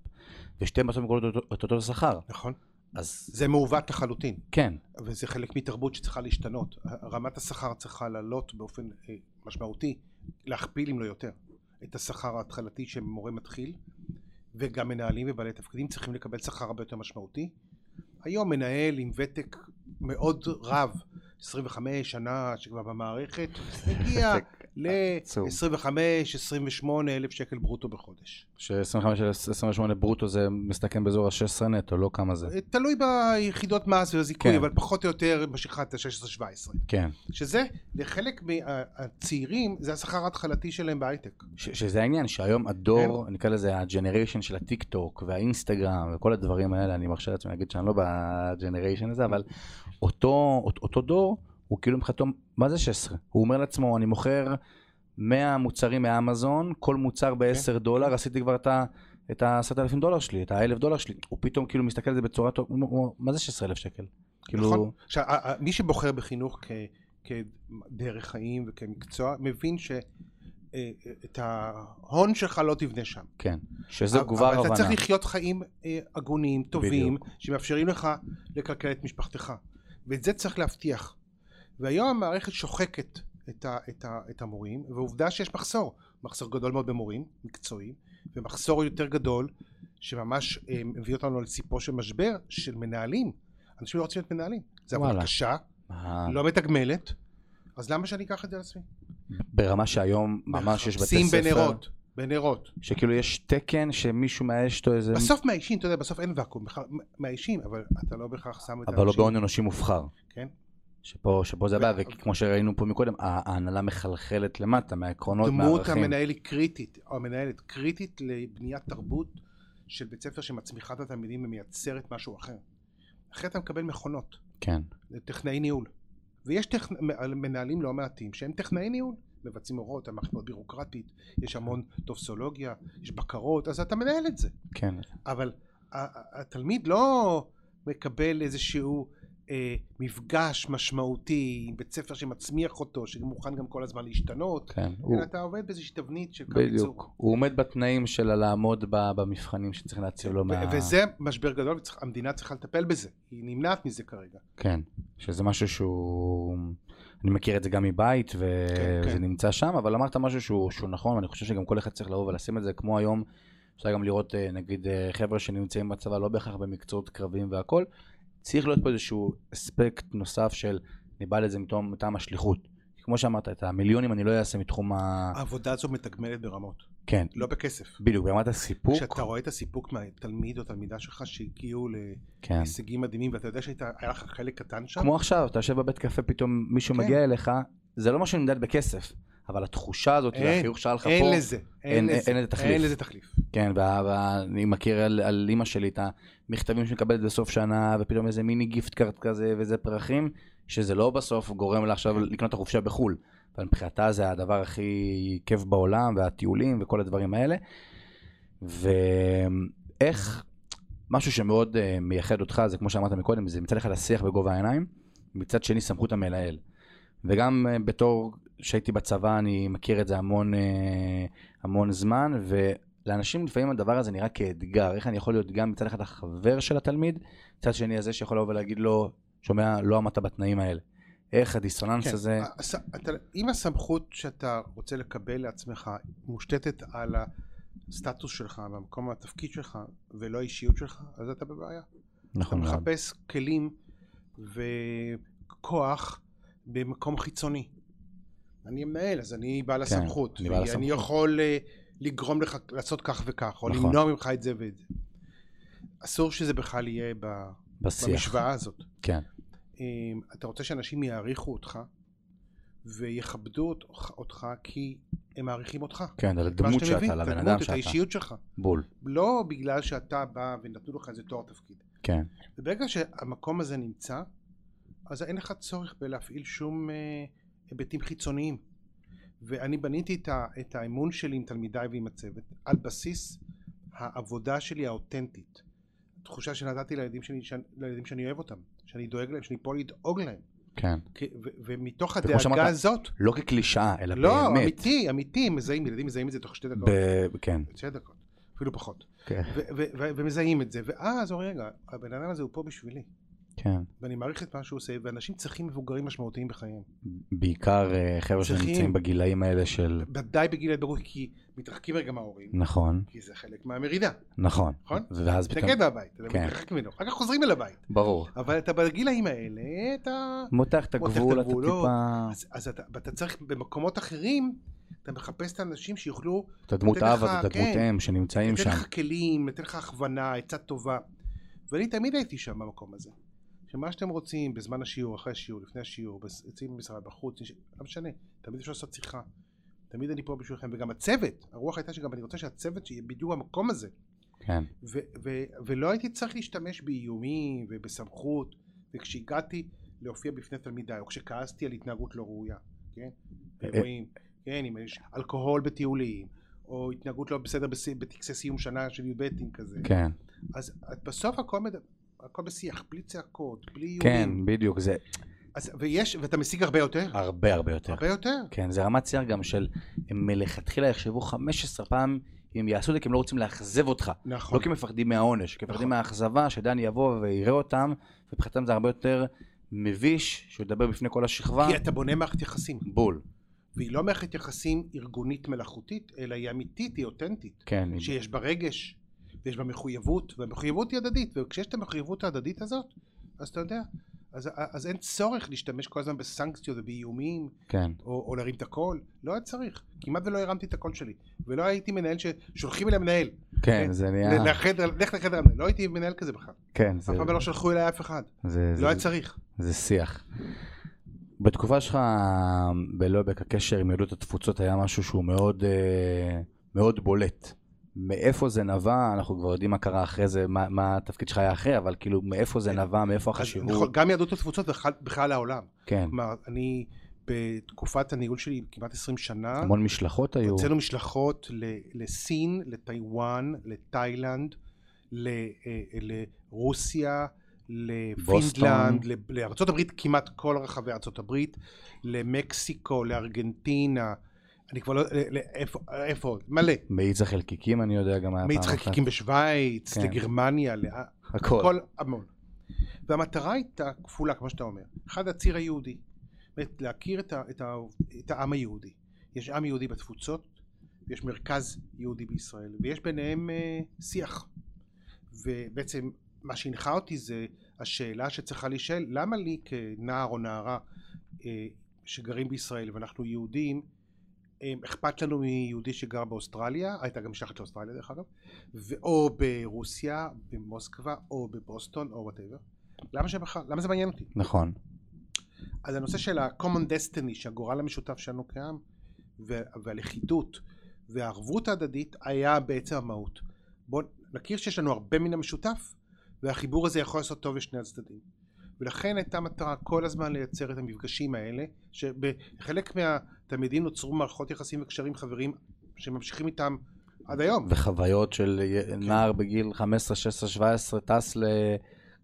Speaker 2: ושתיהן בסוף מקבלות אותו- את אותו שכר,
Speaker 3: נכון.
Speaker 2: אז
Speaker 3: זה מעוות לחלוטין,
Speaker 2: כן,
Speaker 3: וזה חלק מתרבות שצריכה להשתנות. רמת השכר צריכה לעלות באופן אה, משמעותי, להכפיל אם לא יותר, את השכר ההתחלתי שמורה מתחיל, וגם מנהלים ובעלי תפקידים צריכים לקבל שכר הרבה יותר משמעותי. היום מנהל עם ותק מאוד רב, 25 שנה שכבר במערכת, מגיע
Speaker 2: עצום.
Speaker 3: ל-25-28 אלף שקל ברוטו בחודש.
Speaker 2: ש-25-28 ברוטו זה מסתכם באזור ה-16 נטו, לא כמה זה,
Speaker 3: אה, תלוי ביחידות מס ובזיכוי,
Speaker 2: כן.
Speaker 3: אבל פחות או יותר בשכבת ה-16-17.
Speaker 2: כן.
Speaker 3: שזה, לחלק מהצעירים, זה השכר ההתחלתי שלהם בהייטק.
Speaker 2: ש- שזה העניין, שהיום הדור,
Speaker 3: כן.
Speaker 2: נקרא לזה הג'נריישן של הטיק טוק והאינסטגרם וכל הדברים האלה, אני מרשה לעצמי להגיד שאני לא בג'נריישן הזה, אבל אותו, אות- אותו דור, הוא כאילו מבחינתו, מה זה 16? הוא אומר לעצמו, אני מוכר 100 מוצרים מאמזון, כל
Speaker 3: כן.
Speaker 2: מוצר ב-10 דולר, עשיתי כבר את ה... את ה-10,000 דולר שלי, את ה-1,000 דולר שלי, הוא פתאום כאילו מסתכל על זה בצורה טוב, הוא אומר, מה זה 16,000 שקל?
Speaker 3: נכון.
Speaker 2: כאילו,
Speaker 3: עכשיו, ה- ה- מי שבוחר בחינוך כ- כדרך חיים וכמקצוע, מבין שאת ההון שלך לא תבנה שם.
Speaker 2: כן, שזו
Speaker 3: אבל-
Speaker 2: תגובה
Speaker 3: אבל אתה
Speaker 2: רבנה.
Speaker 3: צריך לחיות חיים אה, הגונים, טובים, שמאפשרים לך לקלקל את משפחתך. ואת זה צריך להבטיח. והיום המערכת שוחקת את, ה, את, ה, את המורים, ועובדה שיש מחסור. מחסור גדול מאוד במורים מקצועיים, ומחסור יותר גדול שממש אה, מביא אותנו על סיפו של משבר של מנהלים. אנשים לא רוצים להיות מנהלים. זו עבודה
Speaker 2: וואלה. אה.
Speaker 3: קשה,
Speaker 2: מה-
Speaker 3: לא מתגמלת, אז למה שאני אקח את זה על עצמי?
Speaker 2: ברמה שהיום ממש יש בתי
Speaker 3: מחפשים
Speaker 2: ספר.
Speaker 3: לא. בנרות, בנרות.
Speaker 2: שכאילו יש תקן שמישהו מאייש אותו איזה...
Speaker 3: בסוף מאיישים, אתה יודע, בסוף אין ואקום, בכלל מאיישים, אבל אתה לא בהכרח שם את
Speaker 2: אבל לא בהון אנושי מובחר.
Speaker 3: כן.
Speaker 2: שפה, שפה זה
Speaker 3: ו-
Speaker 2: הבעיה, וכמו שראינו פה מקודם, ה- ההנהלה מחלחלת למטה מהעקרונות,
Speaker 3: דמות
Speaker 2: מהערכים.
Speaker 3: המנהל היא קריטית, או המנהלת קריטית לבניית תרבות של בית ספר שמצמיחה את התלמידים ומייצרת משהו אחר. אחרת אתה מקבל מכונות,
Speaker 2: כן,
Speaker 3: טכנאי ניהול. ויש טכ... מנהלים לא מעטים שהם טכנאי ניהול, מבצעים הוראות, המערכת מאוד בירוקרטית, יש המון טופסולוגיה, יש בקרות, אז אתה מנהל את זה.
Speaker 2: כן.
Speaker 3: אבל ה- ה- התלמיד לא מקבל איזשהו אה, מפגש משמעותי עם בית ספר שמצמיח אותו, שמוכן גם כל הזמן להשתנות,
Speaker 2: כן. הוא,
Speaker 3: אלא אתה עובד באיזושהי תבנית של קו ייצור.
Speaker 2: בדיוק. הוא עומד בתנאים של לעמוד ב- במבחנים שצריך להציב לו
Speaker 3: ו-
Speaker 2: לא מה...
Speaker 3: וזה משבר גדול, והמדינה צריכה לטפל בזה, היא נמנעת מזה כרגע.
Speaker 2: כן. שזה משהו שהוא... אני מכיר את זה גם מבית, ו...
Speaker 3: כן,
Speaker 2: וזה
Speaker 3: כן.
Speaker 2: נמצא שם, אבל אמרת משהו שהוא, שהוא נכון, ואני חושב שגם כל אחד צריך לבוא ולשים את זה, כמו היום, אפשר גם לראות, אה, נגיד, אה, חבר'ה שנמצאים בצבא לא בהכרח במקצועות קרביים והכל, צריך להיות פה איזשהו אספקט נוסף של, אני בא לזה מטעם, מטעם השליחות. כמו שאמרת, את המיליונים אני לא אעשה מתחום ה...
Speaker 3: העבודה הזו מתגמלת ברמות,
Speaker 2: כן,
Speaker 3: אה, לא בכסף.
Speaker 2: בדיוק, ברמת הסיפוק.
Speaker 3: כשאתה רואה את הסיפוק מהתלמיד או תלמידה שלך שהגיעו
Speaker 2: כן.
Speaker 3: להישגים מדהימים, ואתה יודע שהיה לך חלק קטן שם,
Speaker 2: כמו עכשיו, אתה יושב בבית קפה, פתאום מישהו
Speaker 3: כן.
Speaker 2: מגיע אליך, זה לא משהו שנמדד בכסף, אבל התחושה הזאת,
Speaker 3: אין,
Speaker 2: והחיוך שהיה לך פה,
Speaker 3: אין לזה, אין
Speaker 2: אין-
Speaker 3: לזה,
Speaker 2: אין לזה תחליף.
Speaker 3: אין לזה תחליף.
Speaker 2: כן, וה- וה- אני מכיר על, על אימא שלי את המכתבים שמקבלת בסוף שנה, ופתאום איזה מיני גיפט קארט כזה וזה פרחים, שזה לא בסוף גורם לה עכשיו לקנות את החופשה בחו"ל. אבל מבחינתה זה הדבר הכי כיף בעולם, והטיולים וכל הדברים האלה. ואיך, משהו שמאוד אה, מייחד אותך, זה כמו שאמרת מקודם, זה מצד אחד השיח בגובה העיניים, מצד שני סמכות המנהל. וגם אה, בתור שהייתי בצבא, אני מכיר את זה המון, אה, המון זמן, ו... לאנשים לפעמים הדבר הזה נראה כאתגר, איך אני יכול להיות גם מצד אחד החבר של התלמיד, מצד שני הזה שיכול לבוא ולהגיד לו, שומע, לא עמדת בתנאים האלה. איך הדיסוננס
Speaker 3: כן,
Speaker 2: הזה,
Speaker 3: הס- אתה- אם הסמכות שאתה רוצה לקבל לעצמך מושתתת על הסטטוס שלך, במקום התפקיד שלך, ולא האישיות שלך, אז אתה בבעיה. אתה
Speaker 2: נכון מאוד.
Speaker 3: מחפש כלים וכוח במקום חיצוני. אני מנהל, אז אני בעל
Speaker 2: כן,
Speaker 3: הסמכות.
Speaker 2: אני בעל
Speaker 3: אני
Speaker 2: הסמכות.
Speaker 3: יכול אה, לגרום לך לעשות כך וכך, או
Speaker 2: נכון.
Speaker 3: למנוע ממך את זה ואת זה. אסור שזה בכלל יהיה ב-
Speaker 2: בשיח.
Speaker 3: במשוואה הזאת.
Speaker 2: כן.
Speaker 3: אמ, אתה רוצה שאנשים יעריכו אותך ויכבדו אותך, אותך כי הם מעריכים אותך.
Speaker 2: כן, על
Speaker 3: מה
Speaker 2: הדמות
Speaker 3: שאתה מביא,
Speaker 2: שאתה, על
Speaker 3: את
Speaker 2: הבן
Speaker 3: הדמות,
Speaker 2: אדם
Speaker 3: את
Speaker 2: שאתה.
Speaker 3: האישיות שלך.
Speaker 2: בול.
Speaker 3: לא בגלל שאתה בא ונתנו לך איזה תואר תפקיד.
Speaker 2: כן.
Speaker 3: וברגע שהמקום הזה נמצא, אז אין לך צורך בלהפעיל שום אה, היבטים חיצוניים. ואני בניתי את, ה, את האמון שלי עם תלמידיי ועם הצוות על בסיס העבודה שלי האותנטית. תחושה שנתתי לילדים שלי, שאני, לילדים שאני אוהב אותם, שאני דואג להם, שאני פה לדאוג להם.
Speaker 2: כן.
Speaker 3: כי- ו- ומתוך
Speaker 2: וכמו
Speaker 3: הדאגה
Speaker 2: שאמרת,
Speaker 3: הזאת,
Speaker 2: לא כקלישאה, אלא
Speaker 3: לא,
Speaker 2: באמת.
Speaker 3: אמיתי, אמיתי, מזהים, ילדים מזהים את זה לא תוך שתי דקות,
Speaker 2: ב- כן.
Speaker 3: שתי דקות, אפילו פחות,
Speaker 2: כן.
Speaker 3: ו- ו- ו- ומזהים את זה, ואז אומרים, רגע, הבן אדם הזה הוא פה בשבילי,
Speaker 2: כן.
Speaker 3: ואני מעריך את מה שהוא עושה, ואנשים צריכים מבוגרים משמעותיים בחייהם,
Speaker 2: בעיקר אה, חבר'ה
Speaker 3: צריכים-
Speaker 2: שנמצאים בגילאים האלה של...
Speaker 3: ודאי בגיל ההתבגרות, כי מתרחקים רגע מההורים,
Speaker 2: נכון,
Speaker 3: כי זה חלק מהמרידה,
Speaker 2: נכון.
Speaker 3: נכון?
Speaker 2: ואז פתאום...
Speaker 3: תתנגד מהבית, אתה
Speaker 2: כן.
Speaker 3: מתרחק ממנו, אחר כך חוזרים אל הבית,
Speaker 2: ברור.
Speaker 3: אבל אתה בגילאים האלה, אתה...
Speaker 2: מותח את
Speaker 3: מותח את
Speaker 2: הגבול, אתה
Speaker 3: הגבול, לא.
Speaker 2: טיפה...
Speaker 3: אז, אז אתה, ואתה צריך במקומות אחרים, אתה מחפש את האנשים שיוכלו
Speaker 2: אתה דמות
Speaker 3: נותן
Speaker 2: אב,
Speaker 3: לך-
Speaker 2: אתה דמות
Speaker 3: כן.
Speaker 2: אם שנמצאים
Speaker 3: נותן
Speaker 2: שם.
Speaker 3: לך כלים, נותן לך הכוונה, עצה טובה. ואני תמיד הייתי שם במקום הזה. שמה שאתם רוצים, בזמן השיעור, אחרי השיעור, לפני השיעור, בס- אצלי במשרד, בחוץ, יש- לא משנה, תמיד אפשר לעשות שיחה. תמיד אני פה בשבילכם, וגם הצוות, הרוח הייתה שגם אני רוצה שהצוות שיהיה בדיוק במקום הזה.
Speaker 2: כן.
Speaker 3: ו- ו- ולא הייתי צריך להשתמש באיומים ובסמכות, וכשהגעתי להופיע בפני תלמידיי, או כשכעסתי על התנהגות לא ראויה, כן? אירועים, כן, אם יש אלכוהול בטיולים, או התנהגות לא בסדר בס- בטקסי סיום שנה של י"בטים כזה.
Speaker 2: כן.
Speaker 3: אז את- בסוף הכל, מד... הכל בשיח, בלי צעקות, בלי
Speaker 2: כן,
Speaker 3: איומים.
Speaker 2: בדיוק. זה
Speaker 3: אז, ויש, ואתה משיג הרבה יותר.
Speaker 2: הרבה הרבה יותר.
Speaker 3: הרבה יותר.
Speaker 2: כן, זה רמת שיח גם של... הם מלכתחילה יחשבו 15 פעם אם הם יעשו את זה כי הם לא רוצים לאכזב אותך.
Speaker 3: נכון.
Speaker 2: לא כי הם מפחדים מהעונש, כי הם מפחדים
Speaker 3: נכון.
Speaker 2: מהאכזבה, שדן יבוא ויראה אותם, ומבחינתם זה הרבה יותר מביש שהוא ידבר בפני כל השכבה.
Speaker 3: כי אתה בונה מערכת יחסים.
Speaker 2: בול.
Speaker 3: והיא לא מערכת יחסים ארגונית מלאכותית, אלא היא אמיתית, היא אותנטית.
Speaker 2: כן,
Speaker 3: שיש בה רגש, ויש בה מחויבות, והמחויבות היא הדדית, וכשיש את המחויבות ההדדית הזאת, אז אתה יודע, אז, אז אין צורך להשתמש כל הזמן בסנקציות ובאיומים,
Speaker 2: כן.
Speaker 3: או, או להרים את הקול, לא היה צריך, כמעט ולא הרמתי את הקול שלי, ולא הייתי מנהל ששולחים אליי מנהל,
Speaker 2: כן, זה נהיה...
Speaker 3: ל- לחדר, לך לחדר, המנהל. לא הייתי מנהל כזה בכלל,
Speaker 2: כן,
Speaker 3: אף פעם לא שלחו אליי אף אחד,
Speaker 2: זה...
Speaker 3: לא היה צריך.
Speaker 2: זה שיח. בתקופה שלך בלובק הקשר עם יהדות התפוצות היה משהו שהוא מאוד, אה, מאוד בולט. מאיפה זה נבע, אנחנו כבר יודעים מה קרה אחרי זה, מה, מה התפקיד שלך היה אחרי, אבל כאילו מאיפה זה נבע, מאיפה
Speaker 3: אז נכון,
Speaker 2: החשיבות,
Speaker 3: גם יהדות התפוצות ובכלל- בכלל העולם.
Speaker 2: כן,
Speaker 3: כלומר, אני בתקופת הניהול שלי כמעט 20 שנה,
Speaker 2: המון משלחות היו,
Speaker 3: הוצאנו משלחות ל- לסין, לטיוואן, לתאילנד, ל- אה, לרוסיה, לפינדלנד, ל- לארצות הברית, כמעט כל רחבי ארצות הברית, למקסיקו, לארגנטינה, אני כבר לא, ל- ל- איפה- איפה עוד? מלא.
Speaker 2: מאיץ החלקיקים אני יודע גם היה
Speaker 3: מאיץ
Speaker 2: פעם אחת,
Speaker 3: חלקיקים בשוויץ,
Speaker 2: אה, כן.
Speaker 3: לגרמניה, לא-
Speaker 2: הכל,
Speaker 3: כל המון. והמטרה הייתה כפולה, כמו שאתה אומר. אחד, הציר היהודי. באמת, להכיר את, ה, את, ה, את העם היהודי. יש עם יהודי בתפוצות, יש מרכז יהודי בישראל, ויש ביניהם אה, שיח. ובעצם מה שהנחה אותי זה השאלה שצריכה להישאל, למה לי כנער או נערה אה, שגרים בישראל ואנחנו יהודים, אה, אכפת לנו מיהודי שגר באוסטרליה, הייתה גם משלחת לאוסטרליה דרך אגב, ו- או ברוסיה, במוסקבה, או בבוסטון, או וואטאבר. למה, שבכלל- למה זה מעניין אותי?
Speaker 2: נכון,
Speaker 3: אז הנושא של ה-common destiny, שהגורל המשותף שלנו כעם, ו- והלכידות, והערבות ההדדית, היה בעצם המהות. בואו נכיר שיש לנו הרבה מן המשותף, והחיבור הזה יכול לעשות טוב לשני הצדדים. ולכן הייתה מטרה כל הזמן לייצר את המפגשים האלה, שבחלק מהתלמידים נוצרו מערכות יחסים וקשרים חבריים שממשיכים איתם עד היום.
Speaker 2: וחוויות של
Speaker 3: כן.
Speaker 2: נער בגיל 15, 16, 17 טס ל...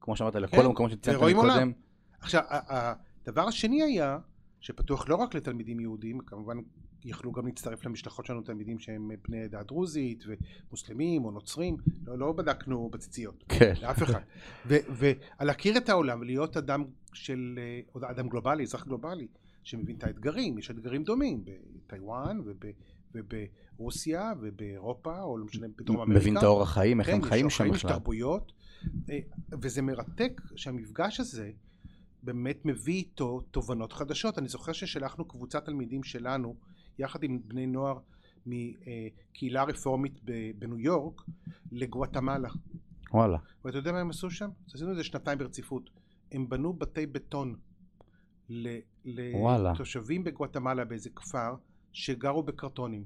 Speaker 2: כמו שאמרת, לכל המקומות שציינת
Speaker 3: כן. ורואים
Speaker 2: מקודם,
Speaker 3: עולם. עכשיו, ה- ה- הדבר השני היה, שפתוח לא רק לתלמידים יהודים, כמובן יכלו גם להצטרף למשלחות שלנו תלמידים שהם בני העדה הדרוזית ומוסלמים או נוצרים, לא, לא בדקנו בציציות,
Speaker 2: כן,
Speaker 3: לאף אחד. ו- ולהכיר את העולם ולהיות אדם של, אה, עוד אדם גלובלי, אזרח גלובלי, שמבין את האתגרים, יש אתגרים דומים בטיוואן וב... וברוסיה ובאירופה, או לא משנה, בדרום אמריקה.
Speaker 2: מבין את האורח חיים, איך
Speaker 3: כן,
Speaker 2: הם
Speaker 3: יש
Speaker 2: חיים
Speaker 3: אורח
Speaker 2: שם
Speaker 3: יש
Speaker 2: בכלל,
Speaker 3: תרבויות, אה, וזה מרתק שהמפגש הזה באמת מביא איתו תובנות חדשות. אני זוכר ששלחנו קבוצת תלמידים שלנו יחד עם בני נוער מקהילה רפורמית ב- בניו יורק לגואטמלה.
Speaker 2: וואלה.
Speaker 3: ואתה יודע מה הם עשו שם? אז עשינו את זה שנתיים ברציפות. הם בנו בתי בטון ל-
Speaker 2: וואלה.
Speaker 3: לתושבים בגואטמלה באיזה כפר שגרו בקרטונים.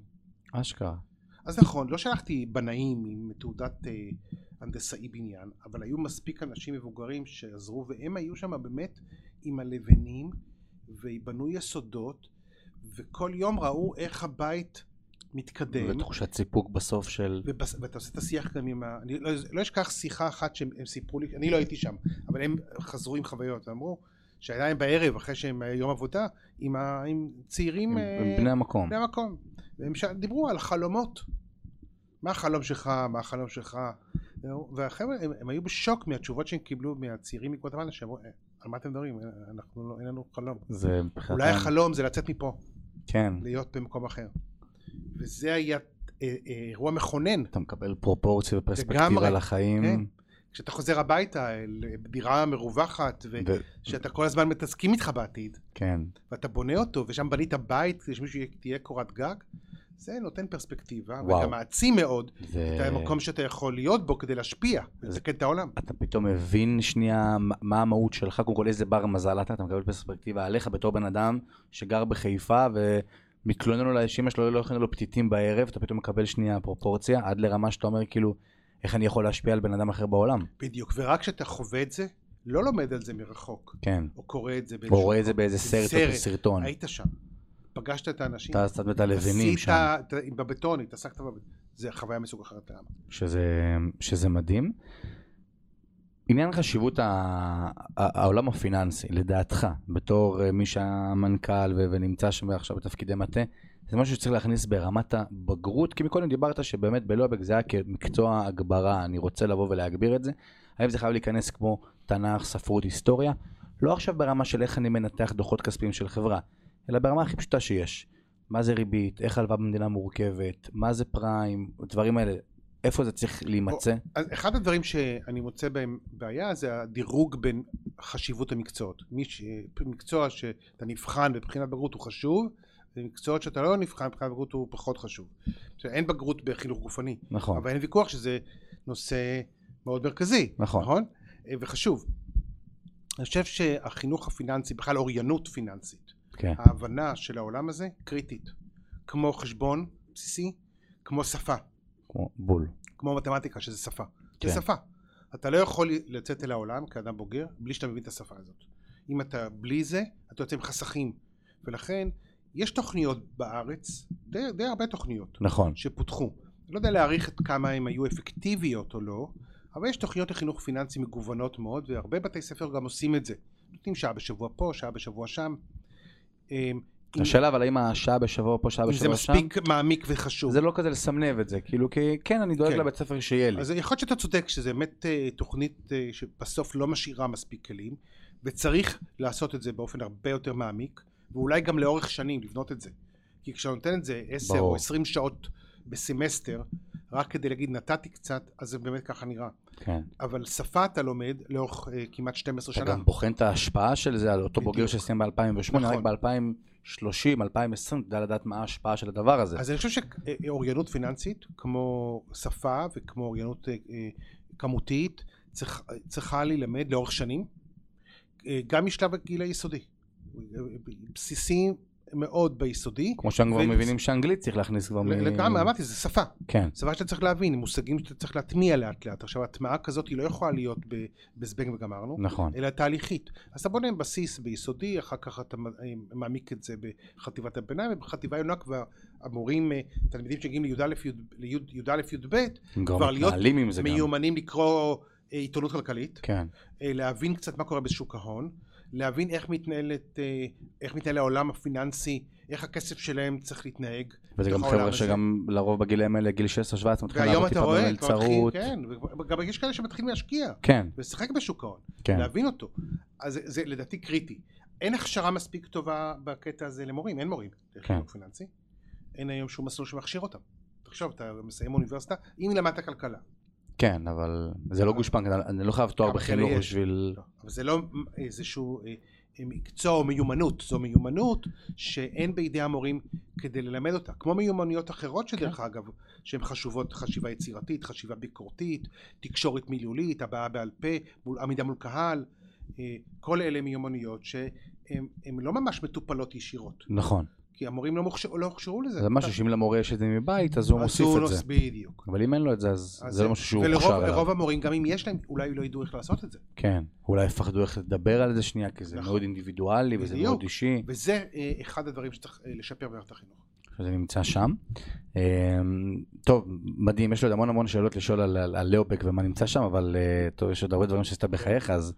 Speaker 2: אשכרה.
Speaker 3: אז נכון, לא שלחתי בנאים עם תעודת אה, הנדסאי בניין, אבל היו מספיק אנשים מבוגרים שעזרו, והם היו שם באמת עם הלבנים, ובנו יסודות, וכל יום ראו איך הבית מתקדם.
Speaker 2: ותחושת סיפוק בסוף של...
Speaker 3: ובס... ואתה עושה את השיח גם עם ה... אני לא, לא אשכח שיחה אחת שהם הם סיפרו לי, אני לא הייתי שם, אבל הם חזרו עם חוויות, ואמרו שהיה להם בערב, אחרי שהם אה, יום עבודה, עם, ה... עם צעירים...
Speaker 2: עם
Speaker 3: אה,
Speaker 2: עם בני המקום.
Speaker 3: בני המקום. והם ש... דיברו על חלומות. מה החלום שלך, מה החלום שלך. והחבר'ה, הם, הם היו בשוק מהתשובות שהם קיבלו מהצעירים מקוואטמלה, שאמרו, "אה, על מה אתם מדברים? אין- אנחנו לא, אין לנו חלום.
Speaker 2: זה מבחינתם...
Speaker 3: אולי החלום זה לצאת מפה,
Speaker 2: כן.
Speaker 3: להיות במקום אחר. וזה היה אה, אה, אירוע מכונן.
Speaker 2: אתה מקבל פרופורציה ופרספקטיבה
Speaker 3: לגמרי,
Speaker 2: לחיים.
Speaker 3: כן. כשאתה חוזר הביתה, לדירה מרווחת,
Speaker 2: ו-
Speaker 3: ושאתה כל הזמן מתעסקים איתך בעתיד,
Speaker 2: כן.
Speaker 3: ואתה בונה אותו, ושם בנית בית, כדי שמישהו יהיה- תהיה קורת גג, זה נותן פרספקטיבה,
Speaker 2: וואו.
Speaker 3: וגם מעצים מאוד
Speaker 2: זה...
Speaker 3: את המקום שאתה יכול להיות בו כדי להשפיע, לתקן את העולם.
Speaker 2: אתה פתאום מבין שנייה מה- מה המהות שלך, קודם כל איזה בר מזל אתה, אתה מקבל פרספקטיבה עליך בתור בן אדם שגר בחיפה ומתלונן אולי שאמא שלו לא הכינה לו פתיתים בערב, אתה פתאום מקבל שנייה פרופורציה עד לרמה שאתה אומר כאילו, איך אני יכול להשפיע על בן אדם אחר בעולם?
Speaker 3: בדיוק, ורק כשאתה חווה את זה, לא לומד על זה מרחוק,
Speaker 2: כן.
Speaker 3: או קורא את זה
Speaker 2: או
Speaker 3: באיזשהו...
Speaker 2: רואה את זה באיזה סרט או בסרטון.
Speaker 3: היית שם, פגשת את האנשים,
Speaker 2: אתה קצת את הלבנים
Speaker 3: עשית
Speaker 2: שם,
Speaker 3: את ה- בבטון, התעסקת בבטון, זה חוויה מסוג אחרת לעם.
Speaker 2: שזה, שזה מדהים. עניין חשיבות ה... ה- העולם הפיננסי, לדעתך, בתור אה, מי שהיה מנכ"ל ו... ונמצא שם עכשיו בתפקידי מטה, זה משהו שצריך להכניס ברמת הבגרות, כי מקודם דיברת שבאמת בלובק זה היה כמקצוע הגברה, אני רוצה לבוא ולהגביר את זה. האם זה חייב להיכנס כמו תנ"ך, ספרות, היסטוריה? לא עכשיו ברמה של איך אני מנתח דוחות כספיים של חברה, אלא ברמה הכי פשוטה שיש. מה זה ריבית, איך הלוואה במדינה מורכבת, מה זה פריים, הדברים האלה. איפה זה צריך להימצא?
Speaker 3: אז אחד הדברים שאני מוצא בהם בעיה זה הדירוג בין חשיבות המקצועות. מי ש... מקצוע שאתה נבחן בבחינת בגרות הוא חשוב, ומקצועות שאתה לא נבחן בבחינת בגרות הוא פחות חשוב. עכשיו, אין בגרות בחינוך גופני,
Speaker 2: נכון,
Speaker 3: אבל אין ויכוח שזה נושא מאוד מרכזי,
Speaker 2: נכון.
Speaker 3: נכון? אה, וחשוב. אני חושב שהחינוך הפיננסי, בכלל אוריינות פיננסית,
Speaker 2: כן,
Speaker 3: ההבנה של העולם הזה קריטית. כמו חשבון בסיסי, כמו שפה.
Speaker 2: כמו בול.
Speaker 3: כמו מתמטיקה שזה שפה.
Speaker 2: כן.
Speaker 3: כן. זה שפה. אתה לא יכול לצאת אל העולם כאדם בוגר בלי שאתה מבין את השפה הזאת. אם אתה בלי זה, אתה יוצא עם חסכים. ולכן, יש תוכניות בארץ, די, די הרבה תוכניות,
Speaker 2: נכון.
Speaker 3: שפותחו. אני לא יודע להעריך את כמה הן היו אפקטיביות או לא, אבל יש תוכניות לחינוך פיננסי מגוונות מאוד, והרבה בתי ספר גם עושים את זה. נותנים שעה בשבוע פה, שעה בשבוע שם. אמ, אם,
Speaker 2: השאלה אבל האם השעה בשבוע פה, שעה
Speaker 3: אם זה
Speaker 2: בשבוע שם,
Speaker 3: מספיק מעמיק וחשוב.
Speaker 2: זה לא כזה לסמנב את זה, כאילו, כי כן, אני דואג
Speaker 3: כן.
Speaker 2: לבית ספר שיהיה לי.
Speaker 3: אז יכול להיות שאתה צודק שזה באמת אה, תוכנית אה, שבסוף לא משאירה מספיק כלים וצריך לעשות את זה באופן הרבה יותר מעמיק ואולי גם לאורך שנים לבנות את זה כי כשאתה נותן את זה עשר
Speaker 2: ברור.
Speaker 3: או עשרים שעות בסמסטר רק כדי להגיד נתתי קצת אז זה באמת ככה נראה
Speaker 2: כן.
Speaker 3: אבל שפה אתה לומד לאורך אה, כמעט 12
Speaker 2: אתה
Speaker 3: שנה
Speaker 2: גם בוחן את ההשפעה של זה על אותו בוגר
Speaker 3: בדיוק.
Speaker 2: שסיים ב-2008, רק
Speaker 3: נכון.
Speaker 2: ב-2030, 2020, תדע לדעת מה ההשפעה של הדבר הזה.
Speaker 3: אז אני חושב שאוריינות פיננסית, כמו שפה וכמו אוריינות אה, אה, כמותית, צריך, אה, צריכה להילמד לאורך שנים, אה, גם משלב הגיל היסודי. אה, בסיסי מאוד ביסודי.
Speaker 2: כמו שהם כבר
Speaker 3: ו-
Speaker 2: מבינים שאנגלית צריך להכניס כבר מ...
Speaker 3: לגמרי, אמרתי, זה שפה.
Speaker 2: כן,
Speaker 3: שפה שאתה צריך להבין, מושגים שאתה צריך להטמיע לאט לאט. עכשיו, הטמעה כזאת היא לא יכולה להיות ב- בזבנג וגמרנו.
Speaker 2: נכון.
Speaker 3: אלא תהליכית. אז אתה בונה בסיס ביסודי, אחר כך אתה מ- אה, מעמיק את זה בחטיבת הביניים, ובחטיבה העליונה כבר המורים, אה, תלמידים שמגיעים לי"א, י"א, י"ב,
Speaker 2: הם כבר
Speaker 3: כבר להיות
Speaker 2: מתנהלים עם זה גם.
Speaker 3: מיומנים לקרוא אה, עיתונות כלכלית,
Speaker 2: כן,
Speaker 3: אה, להבין קצת מה קורה בשוק ההון, להבין איך מתנהלת, אה, איך מתנהל העולם הפיננסי, איך הכסף שלהם צריך להתנהג.
Speaker 2: וזה גם
Speaker 3: בתוך
Speaker 2: חבר'ה
Speaker 3: העולם הזה.
Speaker 2: שגם לרוב בגילאים האלה, גיל 16-17, מתחילים
Speaker 3: והיום
Speaker 2: לעבוד
Speaker 3: אתה
Speaker 2: טיפה
Speaker 3: רואה, כבר מתחילים,
Speaker 2: במלצרות.
Speaker 3: כן, וגם יש כאלה שמתחילים להשקיע
Speaker 2: כן,
Speaker 3: ולשחק בשוק ההון.
Speaker 2: כן.
Speaker 3: להבין אותו. אז זה, זה לדעתי קריטי. אין הכשרה מספיק טובה בקטע הזה למורים, אין מורים לחינוך פיננסי. אין היום שום מסלול שמכשיר אותם. תחשוב, אתה מסיים אוניברסיטה, אם למדת כלכלה,
Speaker 2: כן, אבל זה לא גושפנקה, אני לא חייב תואר
Speaker 3: אה, כמה כאלה
Speaker 2: בחינוך
Speaker 3: יש?
Speaker 2: בשביל...
Speaker 3: לא, אבל זה לא איזשהו אה, אה, מקצוע או מיומנות, זו מיומנות שאין בידי המורים כדי ללמד אותה, כמו מיומנויות אחרות שדרך כן. אגב, שהן חשובות, חשיבה יצירתית, חשיבה ביקורתית, תקשורת מילולית, הבעה בעל פה, מול, עמידה מול קהל, אה, כל אלה מיומנויות שהן לא ממש מטופלות ישירות,
Speaker 2: נכון.
Speaker 3: כי המורים לא, מוכש, לא הוכשרו לזה.
Speaker 2: זה משהו שאם למורה יש את זה מבית, אז הוא
Speaker 3: אז
Speaker 2: מוסיף
Speaker 3: הוא
Speaker 2: את
Speaker 3: נוס-
Speaker 2: זה.
Speaker 3: בדיוק.
Speaker 2: אבל אם אין לו את זה, אז
Speaker 3: אז
Speaker 2: זה לא משהו שהוא
Speaker 3: ולרוב
Speaker 2: מוכשר אליו.
Speaker 3: רוב המורים, גם אם יש להם, אולי לא ידעו איך לעשות את זה.
Speaker 2: כן. אולי יפחדו איך לדבר על זה שנייה, כי זה
Speaker 3: נכון.
Speaker 2: מאוד אינדיבידואלי וזה
Speaker 3: בדיוק.
Speaker 2: מאוד אישי.
Speaker 3: וזה אה, אחד הדברים שצריך אה, לשפר במערכת החינוך.
Speaker 2: זה נמצא שם. אמ, טוב, מדהים, יש לי עוד המון המון שאלות לשאול על, על, על לאופק ומה נמצא שם, אבל אה, טוב, יש עוד הרבה דברים שעשית בחייך, אז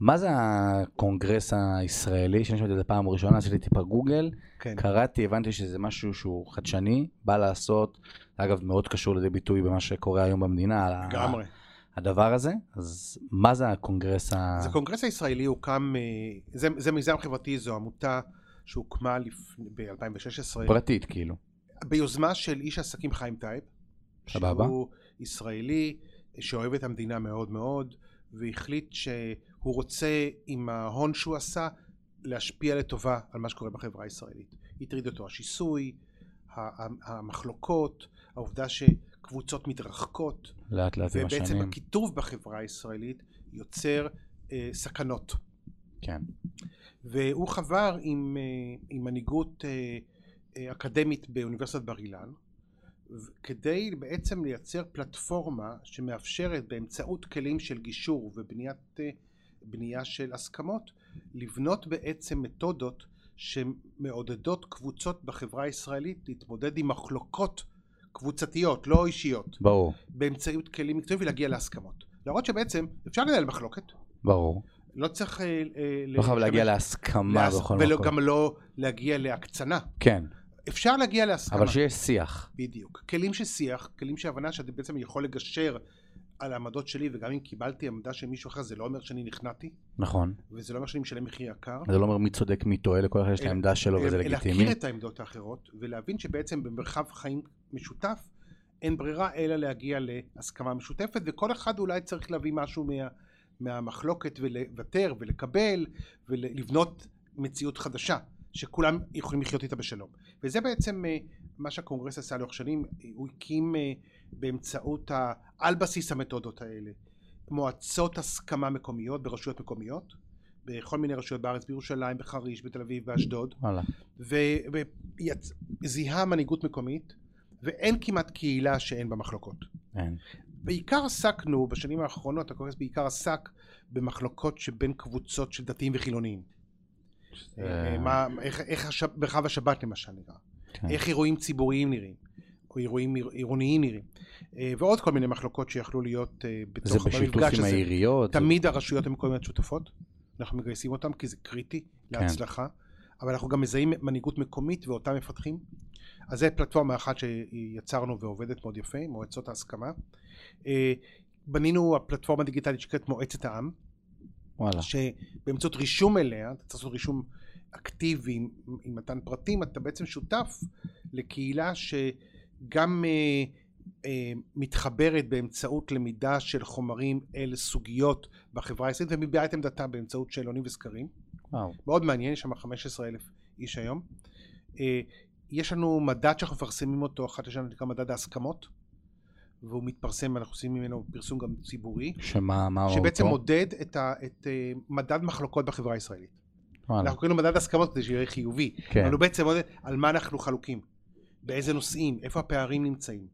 Speaker 2: מה זה הקונגרס הישראלי? שאני שמעתי את זה פעם ראשונה, עשיתי טיפה גוגל,
Speaker 3: כן.
Speaker 2: קראתי, הבנתי שזה משהו שהוא חדשני, בא לעשות, אגב, מאוד קשור לידי ביטוי במה שקורה היום במדינה, על ה-
Speaker 3: לגמרי.
Speaker 2: הדבר הזה, אז מה זה הקונגרס ה...
Speaker 3: אז הקונגרס הישראלי הוקם, אה, זה, זה מיזם חברתי, זו עמותה שהוקמה ב-2016
Speaker 2: פרטית, כאילו.
Speaker 3: ביוזמה של איש עסקים חיים טייב.
Speaker 2: סבבה.
Speaker 3: שהוא ישראלי שאוהב את המדינה מאוד מאוד, והחליט שהוא רוצה עם ההון שהוא עשה להשפיע לטובה על מה שקורה בחברה הישראלית. הטריד אותו השיסוי, ה- ה- המחלוקות, העובדה שקבוצות מתרחקות,
Speaker 2: לאט לאט עם
Speaker 3: ובעצם
Speaker 2: השנים.
Speaker 3: הקיטוב בחברה הישראלית יוצר אה, סכנות.
Speaker 2: כן.
Speaker 3: והוא חבר עם, אה, עם מנהיגות אה, אה, אקדמית באוניברסיטת בר אילן ו- כדי בעצם לייצר פלטפורמה שמאפשרת באמצעות כלים של גישור ובניית אה, בנייה של הסכמות לבנות בעצם מתודות שמעודדות קבוצות בחברה הישראלית להתמודד עם מחלוקות קבוצתיות לא אישיות
Speaker 2: ברור,
Speaker 3: באמצעות כלים מקצועיים ולהגיע להסכמות להראות שבעצם אפשר לנהל מחלוקת
Speaker 2: ברור.
Speaker 3: לא צריך אה, אה,
Speaker 2: לא חייב להגיע
Speaker 3: להשתמש-
Speaker 2: להסכמה
Speaker 3: להס-
Speaker 2: בכל
Speaker 3: ולא-
Speaker 2: מקום.
Speaker 3: גם לא להגיע להקצנה.
Speaker 2: כן,
Speaker 3: אפשר להגיע להסכמה.
Speaker 2: אבל שיש שיח.
Speaker 3: בדיוק. כלים של שיח, כלים של הבנה שאתה בעצם יכול לגשר על העמדות שלי, וגם אם קיבלתי עמדה של מישהו אחר, זה לא אומר שאני נכנעתי,
Speaker 2: נכון.
Speaker 3: וזה לא אומר שאני משלם מחיר יקר.
Speaker 2: זה לא אומר מי צודק, מי טועה, לכל אחד יש את
Speaker 3: אלא-
Speaker 2: העמדה שלו וזה
Speaker 3: אלא
Speaker 2: לגיטימי.
Speaker 3: אה, להכיר את העמדות האחרות, ולהבין שבעצם במרחב חיים משותף, אין ברירה אלא להגיע להסכמה משותפת, וכל אחד אולי צריך להביא משהו מה, מהמחלוקת ולוותר ולקבל ולבנות מציאות חדשה, שכולם יכולים לחיות איתה בשלום. וזה בעצם אה, מה שהקונגרס עשה לאורך שנים, הוא הקים אה, באמצעות, ה, על בסיס המתודות האלה, מועצות הסכמה מקומיות ברשויות מקומיות, בכל מיני רשויות בארץ, בירושלים, בחריש, בתל אביב, באשדוד,
Speaker 2: וואלה.
Speaker 3: וזיהה מנהיגות מקומית ואין כמעט קהילה שאין בה מחלוקות.
Speaker 2: אין.
Speaker 3: בעיקר עסקנו בשנים האחרונות הקונגרס בעיקר עסק במחלוקות שבין קבוצות של דתיים וחילוניים.
Speaker 2: אה,
Speaker 3: מה, איך, איך הש, מרחב השבת למשל נראה,
Speaker 2: כן.
Speaker 3: איך אירועים ציבוריים נראים, או אירועים עיר- עירוניים נראים, אה, ועוד כל מיני מחלוקות שיכלו להיות אה,
Speaker 2: זה
Speaker 3: בתוך,
Speaker 2: בשיתוף
Speaker 3: במפגש
Speaker 2: עם
Speaker 3: הזה.
Speaker 2: העיריות. זה-
Speaker 3: תמיד הרשויות המקומיות שותפות, אנחנו מגייסים אותן כי זה קריטי להצלחה, אבל אנחנו גם מזהים מנהיגות מקומית ואותה מפתחים. אז זו פלטפורמה אחת שיצרנו ועובדת מאוד יפה, מועצות ההסכמה. אה, בנינו הפלטפורמה הדיגיטלית שנקראת מועצת העם,
Speaker 2: וואלה.
Speaker 3: שבאמצעות רישום אליה, אתה צריך לעשות רישום אקטיבי עם, עם מתן פרטים, אתה בעצם שותף לקהילה שגם אה, אה, מתחברת באמצעות למידה של חומרים אל סוגיות בחברה הישראלית ומביעה את עמדתה באמצעות שאלונים וסקרים.
Speaker 2: וואו.
Speaker 3: מאוד מעניין, יש שם 15 אלף איש היום. אה, יש לנו מדד שאנחנו מפרסמים אותו אחת לשנה, נקרא מדד ההסכמות, והוא מתפרסם, אנחנו עושים ממנו פרסום גם ציבורי.
Speaker 2: שמה, מה אותו?
Speaker 3: שבעצם מודד את, ה, את אה, מדד מחלוקות בחברה הישראלית.
Speaker 2: וואלה.
Speaker 3: אנחנו קוראים לו מדד הסכמות כדי שיהיה חיובי,
Speaker 2: אה. כן.
Speaker 3: אבל הוא בעצם מודד על מה אנחנו חלוקים, באיזה נושאים, איפה הפערים נמצאים,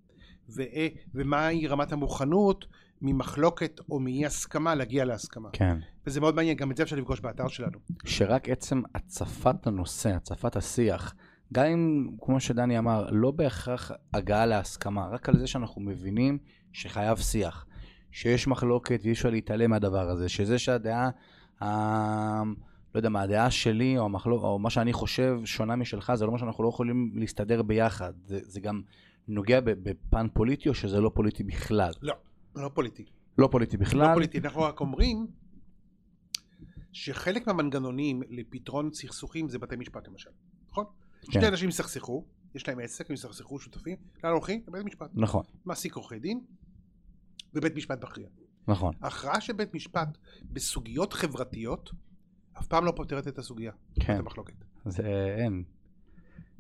Speaker 3: ו- אה, ומהי רמת המוכנות ממחלוקת או מאי הסכמה להגיע להסכמה.
Speaker 2: כן.
Speaker 3: וזה מאוד מעניין, גם את זה אפשר לפגוש באתר שלנו.
Speaker 2: שרק עצם הצפת הנושא, הצפת השיח, גם אם, כמו שדני אמר, לא בהכרח הגעה להסכמה, רק על זה שאנחנו מבינים שחייב שיח, שיש מחלוקת ואי אפשר להתעלם מהדבר הזה, שזה שהדעה, ה... לא יודע מה, הדעה שלי או, המחלוק, או מה שאני חושב שונה משלך, זה לא אומר שאנחנו לא יכולים להסתדר ביחד, זה, זה גם נוגע ב- בפן פוליטי או שזה לא פוליטי בכלל?
Speaker 3: לא פוליטי.
Speaker 2: לא פוליטי בכלל,
Speaker 3: לא פוליטי, אנחנו רק אומרים שחלק מהמנגנונים לפתרון סכסוכים זה בתי משפט למשל, נכון?
Speaker 2: כן.
Speaker 3: שני אנשים הסתכסכו, יש להם עסק, הם הסתכסכו שותפים, לאן הולכים? לבית משפט.
Speaker 2: נכון,
Speaker 3: מעסיק עורכי דין, ובית משפט מכריע.
Speaker 2: נכון.
Speaker 3: ההכרעה של בית משפט בסוגיות חברתיות אף פעם לא פותרת את הסוגיה,
Speaker 2: כן.
Speaker 3: את המחלוקת.
Speaker 2: זה אין.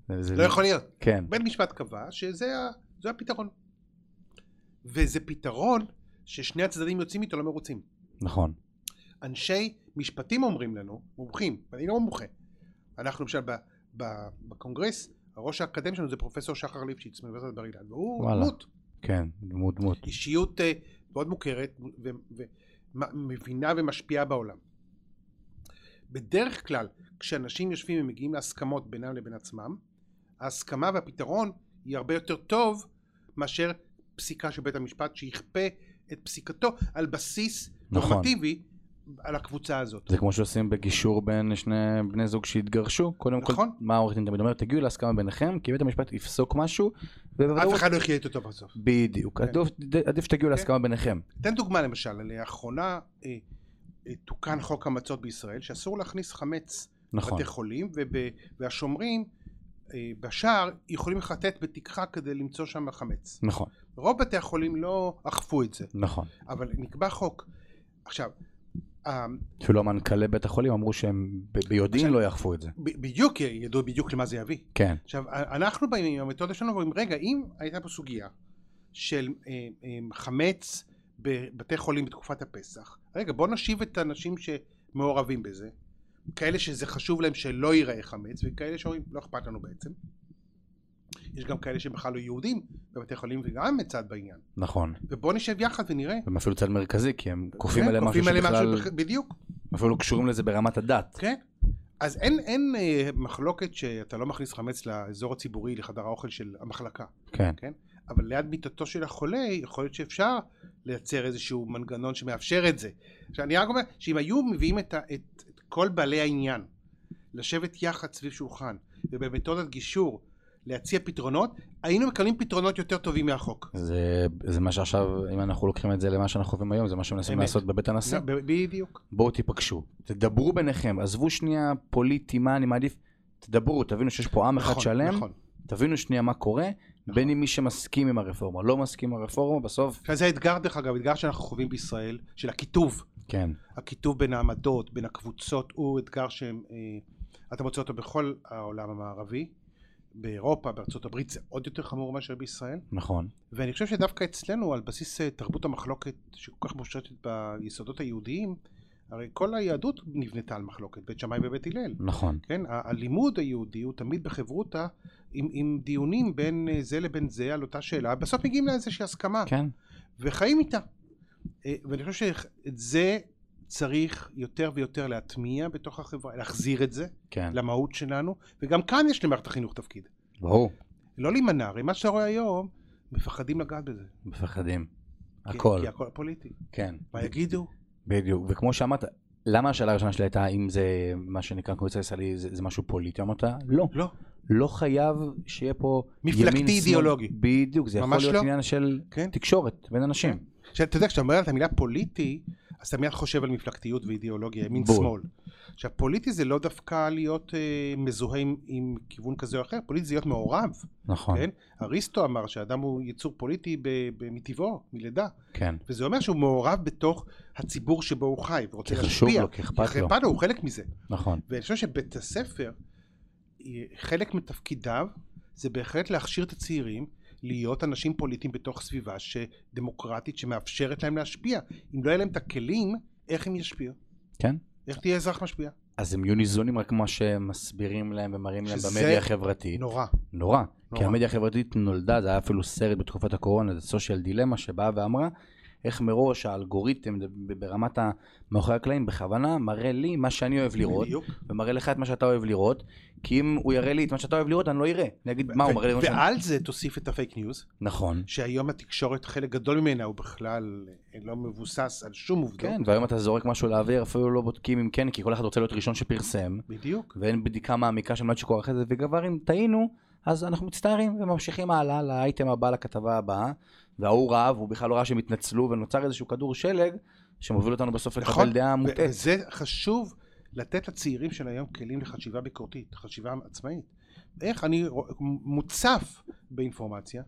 Speaker 2: זה, זה
Speaker 3: לא יכול להיות.
Speaker 2: כן.
Speaker 3: בית משפט קבע שזה ה- זה הפתרון. וזה פתרון ששני הצדדים יוצאים איתו לא מרוצים.
Speaker 2: נכון.
Speaker 3: אנשי משפטים אומרים לנו, מומחים, אני לא מומחה, אנחנו למשל ב- ב- בקונגרס, הראש האקדמי שלנו זה פרופסור שחר ליפשיץ מאוניברסיטת בר אילן, והוא
Speaker 2: וואלה.
Speaker 3: דמות,
Speaker 2: כן. דמות דמות.
Speaker 3: אישיות אה, מאוד מוכרת ומבינה ומשפיעה בעולם. בדרך כלל כשאנשים יושבים ומגיעים להסכמות בינם לבין עצמם, ההסכמה והפתרון היא הרבה יותר טוב מאשר פסיקה של בית המשפט שיכפה את פסיקתו על בסיס
Speaker 2: נכון.
Speaker 3: נורמטיבי על הקבוצה הזאת.
Speaker 2: זה כמו שעושים בגישור בין שני בני זוג שהתגרשו. קודם כל,
Speaker 3: נכון.
Speaker 2: מה העורך דין תמיד אומר? תגיעו להסכמה ביניכם, כי בית המשפט יפסוק משהו,
Speaker 3: אף
Speaker 2: ובוודאות...
Speaker 3: אחד לא יחיה איתו טוב בסוף.
Speaker 2: בדיוק.
Speaker 3: כן.
Speaker 2: עדיף- עדיף שתגיעו להסכמה ביניכם.
Speaker 3: אתן דוגמה למשל, לאחרונה אה, אה, תוקן חוק המצות בישראל שאסור להכניס חמץ
Speaker 2: נכון.
Speaker 3: בתי חולים, וב, והשומרים אה, בשער יכולים לחטט בתקרה כדי למצוא שם חמץ.
Speaker 2: נכון.
Speaker 3: רוב בתי החולים לא אכפו את זה,
Speaker 2: נכון.
Speaker 3: אבל נקבע חוק. עכשיו, אה, ה-
Speaker 2: אפילו מנכ"לי בית החולים אמרו שהם ב- ביודעין
Speaker 3: עכשיו-
Speaker 2: לא יאכפו את זה.
Speaker 3: ב- בדיוק ידעו בדיוק למה זה יביא.
Speaker 2: כן.
Speaker 3: עכשיו, א- אנחנו באים עם המתודה שלנו ואומרים, רגע, אם הייתה פה סוגיה של אה, אה, חמץ בבתי חולים בתקופת הפסח, רגע, בוא נשיב את האנשים שמעורבים בזה, כאלה שזה חשוב להם שלא ייראה חמץ, וכאלה שאומרים, לא אכפת לנו בעצם. יש גם כאלה שהם בכלל לא יהודים בבתי חולים וגם הם צד בעניין.
Speaker 2: נכון.
Speaker 3: ובוא נשב יחד ונראה.
Speaker 2: הם אפילו צד מרכזי, כי הם כופים
Speaker 3: כן,
Speaker 2: עליהם משהו
Speaker 3: כופים עליהם
Speaker 2: שבכלל...
Speaker 3: בכ- בדיוק,
Speaker 2: הם אפילו לא קשורים לזה ברמת הדת.
Speaker 3: כן. אז אין, אין אה, מחלוקת שאתה לא מכניס חמץ לאזור הציבורי, לחדר האוכל של המחלקה.
Speaker 2: כן.
Speaker 3: אבל ליד מיטתו של החולה יכול להיות שאפשר לייצר איזשהו מנגנון שמאפשר את זה. עכשיו אני רק אומר שאם היו מביאים את, ה, את, את כל בעלי העניין לשבת יחד סביב שולחן ובמתודת גישור להציע פתרונות היינו מקבלים פתרונות יותר טובים מהחוק.
Speaker 2: זה, זה מה שעכשיו, אם אנחנו לוקחים את זה למה שאנחנו חווים היום, זה מה שמנסים
Speaker 3: אמת. לא.
Speaker 2: לעשות בבית הנשיא.
Speaker 3: ב- בדיוק.
Speaker 2: בואו תיפגשו, תדברו ביניכם, עזבו שנייה פוליטי, מה אני מעדיף, תדברו, תבינו שיש פה עם אחד
Speaker 3: נכון,
Speaker 2: שלם,
Speaker 3: נכון.
Speaker 2: תבינו שנייה מה קורה, בין אם מי שמסכים עם הרפורמה, לא מסכים עם הרפורמה, בסוף,
Speaker 3: עכשיו זה האתגר דרך אגב, האתגר שאנחנו חווים בישראל של הקיטוב.
Speaker 2: כן,
Speaker 3: הקיטוב בין העמדות, בין הקבוצות, הוא אתגר שאתה מוצא אותו בכל העולם המערבי. באירופה, בארצות הברית זה עוד יותר חמור מאשר בישראל.
Speaker 2: נכון,
Speaker 3: ואני חושב שדווקא אצלנו, על בסיס אה, תרבות המחלוקת שכל כך מושתת ביסודות היהודיים, הרי כל היהדות נבנתה על מחלוקת, בית שמאי ובית הלל.
Speaker 2: נכון,
Speaker 3: כן, ה- הלימוד היהודי הוא תמיד בחברותא עם, עם דיונים בין אה, זה לבין זה על אותה שאלה, בסוף מגיעים לאיזושהי הסכמה.
Speaker 2: כן,
Speaker 3: וחיים איתה. אה, ואני חושב שאת זה צריך יותר ויותר להטמיע בתוך החברה, להחזיר את זה
Speaker 2: כן,
Speaker 3: למהות שלנו, וגם כאן יש למערכת החינוך תפקיד.
Speaker 2: ברור,
Speaker 3: לא להימנע, הרי מה שאתה רואה היום, מפחדים לגעת בזה. כי-
Speaker 2: מפחדים, הכל,
Speaker 3: כי הכל פוליטי.
Speaker 2: כן,
Speaker 3: כן, מה יגידו?
Speaker 2: בדיוק, וכמו שאמרת, למה השאלה הראשונה שלי הייתה אם זה מה שנקרא קבוצה ישראלי זה, זה משהו פוליטי, אמרת לא,
Speaker 3: לא.
Speaker 2: לא חייב שיהיה פה
Speaker 3: מפלגתי
Speaker 2: ימין, שמאל.
Speaker 3: אידיאולוגי.
Speaker 2: בדיוק, זה יכול
Speaker 3: ממש
Speaker 2: להיות
Speaker 3: לא.
Speaker 2: עניין של
Speaker 3: כן.
Speaker 2: תקשורת בין אנשים,
Speaker 3: עכשיו, אתה יודע, כשאתה אומר את המילה פוליטי, אז אתה מיד חושב על מפלגתיות ואידיאולוגיה, ימין
Speaker 2: בול.
Speaker 3: שמאל. עכשיו, פוליטי זה לא דווקא להיות אה, מזוהה עם, עם כיוון כזה או אחר, פוליטי זה להיות מעורב.
Speaker 2: נכון,
Speaker 3: כן? אריסטו אמר שהאדם הוא יצור פוליטי ב- ב- מטבעו, מלידה.
Speaker 2: כן.
Speaker 3: וזה אומר שהוא מעורב בתוך הציבור שבו הוא חי, ורוצה
Speaker 2: כי
Speaker 3: להשפיע.
Speaker 2: חשוב לו, כי אכפת לו,
Speaker 3: אכפת לו, הוא חלק מזה.
Speaker 2: נכון,
Speaker 3: ואני חושב שבית הספר, אה, חלק מתפקידיו זה בהחלט להכשיר את הצעירים להיות אנשים פוליטיים בתוך סביבה שדמוקרטית שמאפשרת להם להשפיע. אם לא יהיה להם את הכלים, איך הם ישפיעו?
Speaker 2: כן.
Speaker 3: איך תהיה אזרח משפיע?
Speaker 2: אז הם יהיו ניזונים רק מה שמסבירים להם ומראים להם
Speaker 3: שזה
Speaker 2: במדיה החברתית.
Speaker 3: נורא.
Speaker 2: נורא. כי
Speaker 3: נורא.
Speaker 2: המדיה החברתית נולדה, זה היה אפילו סרט בתקופת הקורונה, זה סושיאל דילמה שבאה ואמרה איך מראש האלגוריתם ב- ברמת ה- מאחורי הקלעים בכוונה מראה לי מה שאני אוהב לראות,
Speaker 3: בדיוק.
Speaker 2: ומראה לך את מה שאתה אוהב לראות, כי אם הוא יראה לי את מה שאתה אוהב לראות אני לא אראה. אני אגיד מה הוא
Speaker 3: ו-
Speaker 2: מראה לי? מה שאני-"
Speaker 3: ועל זה תוסיף את הפייק ניוז,
Speaker 2: נכון.
Speaker 3: שהיום התקשורת, חלק גדול ממנה הוא בכלל אה, לא מבוסס על שום עובדות.
Speaker 2: כן, והיום אתה זורק משהו לאוויר, אפילו לא בודקים אם כן, כי כל אחד רוצה להיות ראשון שפרסם,
Speaker 3: בדיוק.
Speaker 2: ואין בדיקה מעמיקה של מה שקורה אחרי זה, וגבר אם טעינו, אז אנחנו מצטערים וממשיכים הלאה לאייטם הבא, לכתבה הבאה, וההוא רב, הוא בכלל לא ראה שהם התנצלו, ונוצר איזשהו כדור שלג, שמוביל אותנו בסוף
Speaker 3: נכון,
Speaker 2: לקבל דעה מוטעת.
Speaker 3: וזה חשוב לתת לצעירים של היום כלים לחשיבה ביקורתית, חשיבה עצמאית. איך אני רוא- מוצף באינפורמציה,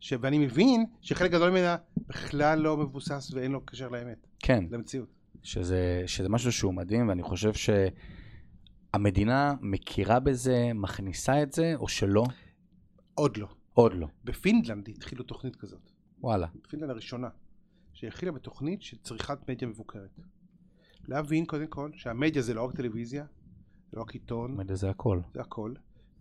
Speaker 3: ש... ואני מבין שחלק גדול ממנה בכלל לא מבוסס ואין לו קשר לאמת,
Speaker 2: כן,
Speaker 3: למציאות.
Speaker 2: שזה, שזה משהו שהוא מדהים, ואני חושב שהמדינה מכירה בזה, מכניסה את זה, או שלא?
Speaker 3: עוד לא.
Speaker 2: עוד לא.
Speaker 3: בפינדלנד התחילו תוכנית כזאת.
Speaker 2: וואלה.
Speaker 3: פינלנד הראשונה, שהכילה בתוכנית של צריכת מדיה מבוקרת. להבין קודם כל שהמדיה זה לא רק טלוויזיה, זה לא רק עיתון,
Speaker 2: מדע זה הכל.
Speaker 3: זה הכל,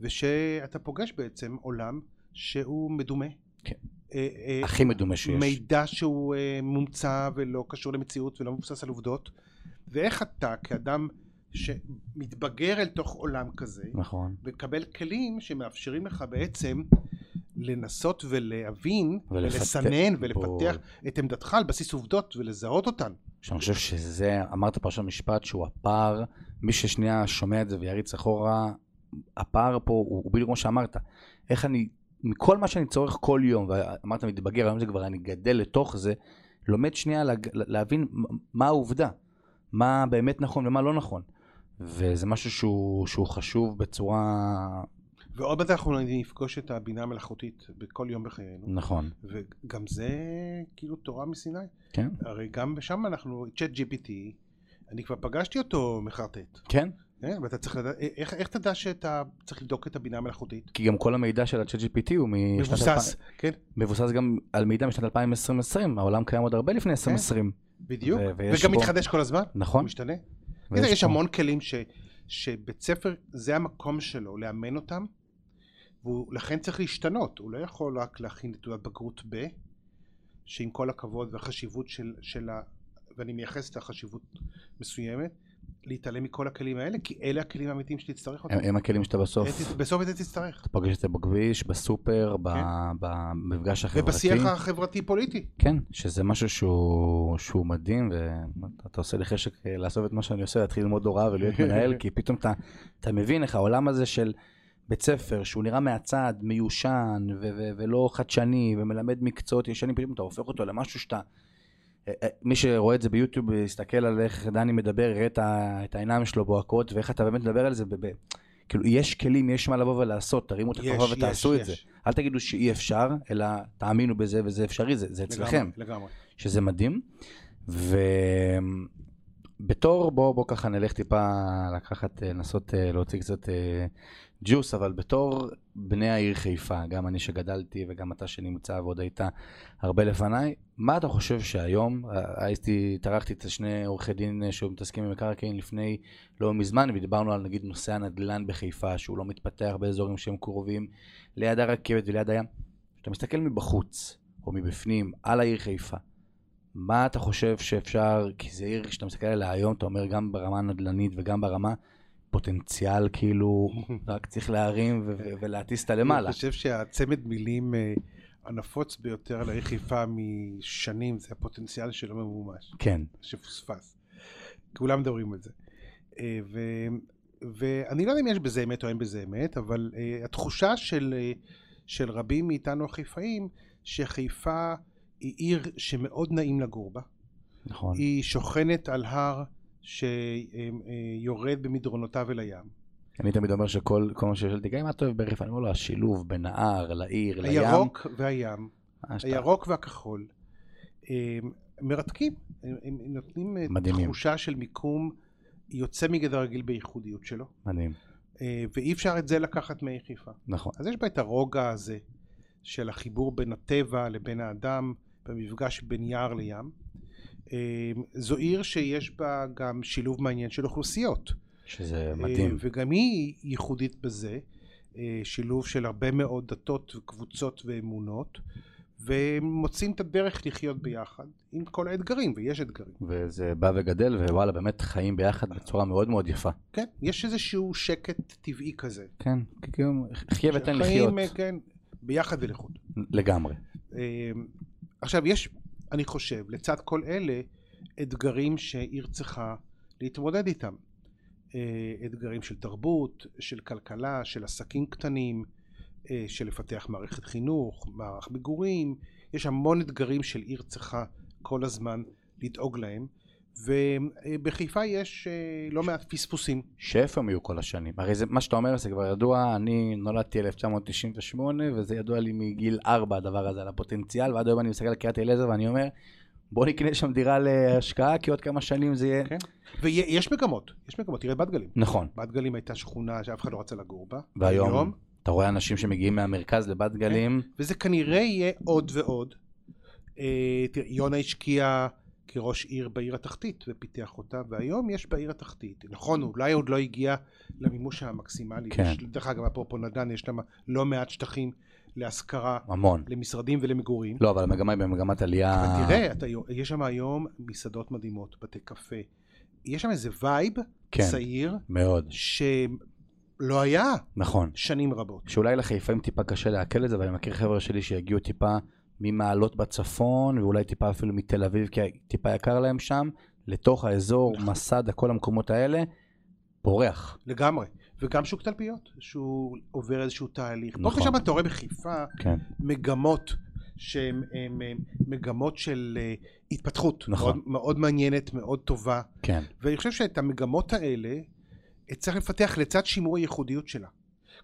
Speaker 3: ושאתה פוגש בעצם עולם שהוא מדומה.
Speaker 2: כן.
Speaker 3: אה, אה,
Speaker 2: הכי מדומה שיש.
Speaker 3: מידע שהוא אה, מומצא ולא קשור למציאות ולא מבוסס על עובדות, ואיך אתה כאדם שמתבגר אל תוך עולם כזה,
Speaker 2: נכון.
Speaker 3: מקבל כלים שמאפשרים לך בעצם לנסות ולהבין
Speaker 2: ולפתח-
Speaker 3: ולסנן ולפתח
Speaker 2: בול.
Speaker 3: את עמדתך על בסיס עובדות ולזהות אותן.
Speaker 2: שאני חושב שזה, אמרת פרשת משפט שהוא הפער, מי ששנייה שומע את זה ויריץ אחורה, הפער פה הוא, הוא בדיוק כמו שאמרת. איך אני, מכל מה שאני צורך כל יום, ואמרת מתבגר, היום זה כבר אני גדל לתוך זה, לומד שנייה לה, להבין מה העובדה, מה באמת נכון ומה לא נכון. וזה משהו שהוא, שהוא חשוב בצורה...
Speaker 3: ועוד מעט אנחנו נפגוש את הבינה המלאכותית בכל יום בחיינו,
Speaker 2: נכון.
Speaker 3: וגם זה כאילו תורה מסיני.
Speaker 2: כן?
Speaker 3: הרי גם שם אנחנו, צ'אט GPT, אני כבר פגשתי אותו מחרטט,
Speaker 2: כן?
Speaker 3: כן? ואתה צריך לדעת, איך, איך תדע שאתה צריך לבדוק את הבינה המלאכותית?
Speaker 2: כי גם כל המידע של ה-chat GPT הוא משנת...
Speaker 3: מבוסס,
Speaker 2: אלפיים-
Speaker 3: כן,
Speaker 2: מבוסס גם על מידע משנת 2020, העולם קיים עוד הרבה לפני 2020.
Speaker 3: בדיוק,
Speaker 2: ו- ויש
Speaker 3: וגם
Speaker 2: בו-
Speaker 3: מתחדש כל הזמן, הוא
Speaker 2: נכון?
Speaker 3: משתנה.
Speaker 2: ויש
Speaker 3: יש
Speaker 2: פה-
Speaker 3: המון כלים ש, שבית ספר, זה המקום שלו, לאמן אותם, והוא לכן צריך להשתנות, הוא לא יכול רק להכין לתעודת בגרות ב, שעם כל הכבוד והחשיבות של, של ה... ואני מייחס לה חשיבות מסוימת, להתעלם מכל הכלים האלה, כי אלה הכלים האמיתיים שתצטרך אותם.
Speaker 2: הם, לא הם הכלים שאתה בסוף
Speaker 3: את- בסוף את זה תצטרך.
Speaker 2: פוגש את זה בכביש, בסופר, ב, במפגש החברתי.
Speaker 3: כן. ובשיח החברתי-פוליטי.
Speaker 2: כן, שזה משהו שהוא, שהוא מדהים, ואתה עושה לי חשק אה, לעזוב את מה שאני עושה, להתחיל ללמוד הוראה ולהיות מנהל, כי פתאום אתה, אתה מבין איך העולם הזה של בית ספר, שהוא נראה מהצד מיושן ו- ו- ולא חדשני, ומלמד מקצועות ישנים, פתאום אתה הופך אותו למשהו שאתה... אה, אה, מי שרואה את זה ביוטיוב, יסתכל על איך דני מדבר, יראה את, ה- את העיניים שלו בוהקות, ואיך אתה באמת מדבר על זה. ב- ב- כאילו, יש כלים, יש מה לבוא ולעשות, תרימו את הכפפה ותעשו את זה. אל תגידו שאי אפשר, אלא תאמינו בזה וזה אפשרי, זה, זה אצלכם.
Speaker 3: לגמרי, לגמרי.
Speaker 2: שזה מדהים. ובתור, בוא, בוא ככה נלך טיפה לקחת, אה, לנסות אה, להוציא קצת אה, ג'וס, אבל בתור בני העיר חיפה, גם אני שגדלתי וגם אתה שנמצא ועוד היית הרבה לפניי, מה אתה חושב שהיום, אה, הייתי, טרחתי את שני עורכי דין אה, שמתעסקים עם מקרקעין לפני לא מזמן, ודיברנו על נגיד נושא הנדל"ן בחיפה, שהוא לא מתפתח באזורים שהם קרובים ליד הרכבת וליד הים. כשאתה מסתכל מבחוץ, או מבפנים, על העיר חיפה, מה אתה חושב שאפשר, כי זו עיר שאתה מסתכל עליה היום, אתה אומר גם ברמה הנדל"נית וגם ברמה פוטנציאל, כאילו, רק צריך להרים ו- ו- ולהטיס אותה למעלה.
Speaker 3: אני חושב שהצמד מילים אה, הנפוץ ביותר על העיר חיפה משנים זה הפוטנציאל שלא ממומש,
Speaker 2: כן,
Speaker 3: שפוספס. כולם מדברים על זה. אה, ו... ואני לא יודע אם יש בזה אמת או אין בזה אמת, אבל אה, התחושה של, אה, של רבים מאיתנו החיפאים, שחיפה היא עיר שמאוד נעים לגור בה.
Speaker 2: נכון.
Speaker 3: היא שוכנת על הר שיורד במדרונותיו אל הים.
Speaker 2: אני תמיד אומר שכל כל מה שיש לי, גם אם את אוהב בחיפה, אני אומר לו, השילוב בין ההר לעיר, לים.
Speaker 3: הירוק והים,
Speaker 2: אה, שאתה-
Speaker 3: הירוק והכחול, אמ, מרתקים, הם הם נותנים אה,
Speaker 2: מדהימים.
Speaker 3: תחושה של מיקום יוצא מגדר הרגיל בייחודיות שלו,
Speaker 2: מדהים,
Speaker 3: אה, ואי אפשר את זה לקחת מהעיר חיפה.
Speaker 2: נכון.
Speaker 3: אז יש בה את הרוגע הזה של החיבור בין הטבע לבין האדם במפגש בין יער לים. אה, זו עיר שיש בה גם שילוב מעניין של אוכלוסיות.
Speaker 2: שזה מדהים.
Speaker 3: אה, וגם היא ייחודית בזה, אה, שילוב של הרבה מאוד דתות וקבוצות ואמונות, והם מוצאים את הדרך לחיות ביחד עם כל האתגרים, ויש אתגרים.
Speaker 2: וזה בא וגדל, ווואלה, באמת חיים ביחד בצורה מאוד מאוד יפה.
Speaker 3: כן, יש איזשהו שקט טבעי כזה.
Speaker 2: כן, כאילו, חיה ותן לחיות.
Speaker 3: שהחיים, אה, כן, ביחד ולחוד.
Speaker 2: לגמרי.
Speaker 3: אה, עכשיו, יש, אני חושב, לצד כל אלה, אתגרים שעיר צריכה להתמודד איתם. אה, אתגרים של תרבות, של כלכלה, של עסקים קטנים, אה, של לפתח מערכת חינוך, מערך מגורים. יש המון אתגרים של עיר צריכה כל הזמן לדאוג להם, ובחיפה יש אה, לא מעט פספוסים.
Speaker 2: שאיפה הם יהיו כל השנים. הרי זה, מה שאתה אומר זה כבר ידוע, אני נולדתי 1998, וזה ידוע לי מגיל 4 הדבר הזה, על הפוטנציאל, ועד היום אני מסתכל על קריית אליעזר ואני אומר, בוא נקנה שם דירה להשקעה, כי עוד כמה שנים זה יהיה...
Speaker 3: כן. ויש מגמות, יש מגמות, תראה בת גלים.
Speaker 2: נכון.
Speaker 3: בת גלים הייתה שכונה שאף אחד לא רצה לגור בה.
Speaker 2: והיום?
Speaker 3: היום,
Speaker 2: אתה רואה אנשים שמגיעים מהמרכז לבת גלים,
Speaker 3: וזה כנראה יהיה עוד ועוד. אה, תראה, יונה השקיע כראש עיר בעיר התחתית ופיתח אותה, והיום יש בעיר התחתית. נכון, אולי עוד לא הגיע למימוש המקסימלי.
Speaker 2: כן.
Speaker 3: יש, דרך אגב, אפרופו נדן, יש שם לא מעט שטחים להשכרה,
Speaker 2: המון.
Speaker 3: למשרדים ולמגורים.
Speaker 2: לא, אבל המגמה היא במגמת עלייה...
Speaker 3: אבל תראה, אתה, יש שם היום מסעדות מדהימות, בתי קפה. יש שם איזה וייב
Speaker 2: כן.
Speaker 3: צעיר
Speaker 2: מאוד.
Speaker 3: שלא היה
Speaker 2: נכון.
Speaker 3: שנים רבות.
Speaker 2: שאולי לחיפאים טיפה קשה לעכל את זה, אבל אני מכיר חבר'ה שלי שיגיעו טיפה ממעלות בצפון, ואולי טיפה אפילו מתל אביב, כי טיפה יקר להם שם, לתוך האזור,
Speaker 3: נכון.
Speaker 2: מסדה, כל המקומות האלה, פורח.
Speaker 3: לגמרי. וגם שוק תלפיות, שהוא עובר איזשהו תהליך. נכון.
Speaker 2: נכון.
Speaker 3: פה ושם אתה רואה בחיפה
Speaker 2: כן.
Speaker 3: מגמות שהן הן, הן, מגמות של אה, התפתחות.
Speaker 2: נכון.
Speaker 3: מאוד, מאוד מעניינת, מאוד טובה.
Speaker 2: כן.
Speaker 3: ואני חושב שאת המגמות האלה אה, צריך לפתח לצד שימור הייחודיות שלה.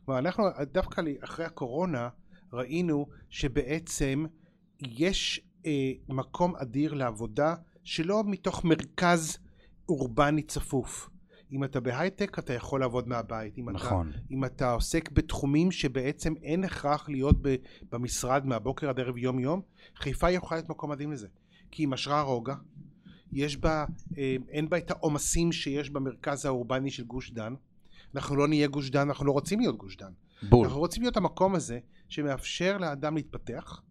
Speaker 3: כלומר, אנחנו אה, דווקא ל- אחרי הקורונה ראינו שבעצם יש אה, מקום אדיר לעבודה שלא מתוך מרכז אורבני צפוף. אם אתה בהייטק אתה יכול לעבוד מהבית. אם אתה
Speaker 2: נכון.
Speaker 3: אם אתה עוסק בתחומים שבעצם אין הכרח להיות ב- במשרד מהבוקר עד ערב יום יום, חיפה יכולה להיות מקום מדהים לזה. כי היא משרה רוגע, יש בה, אה, אין בה את העומסים שיש במרכז האורבני של גוש דן. אנחנו לא נהיה גוש דן, אנחנו לא רוצים להיות גוש דן.
Speaker 2: בול.
Speaker 3: אנחנו רוצים להיות המקום הזה שמאפשר לאדם להתפתח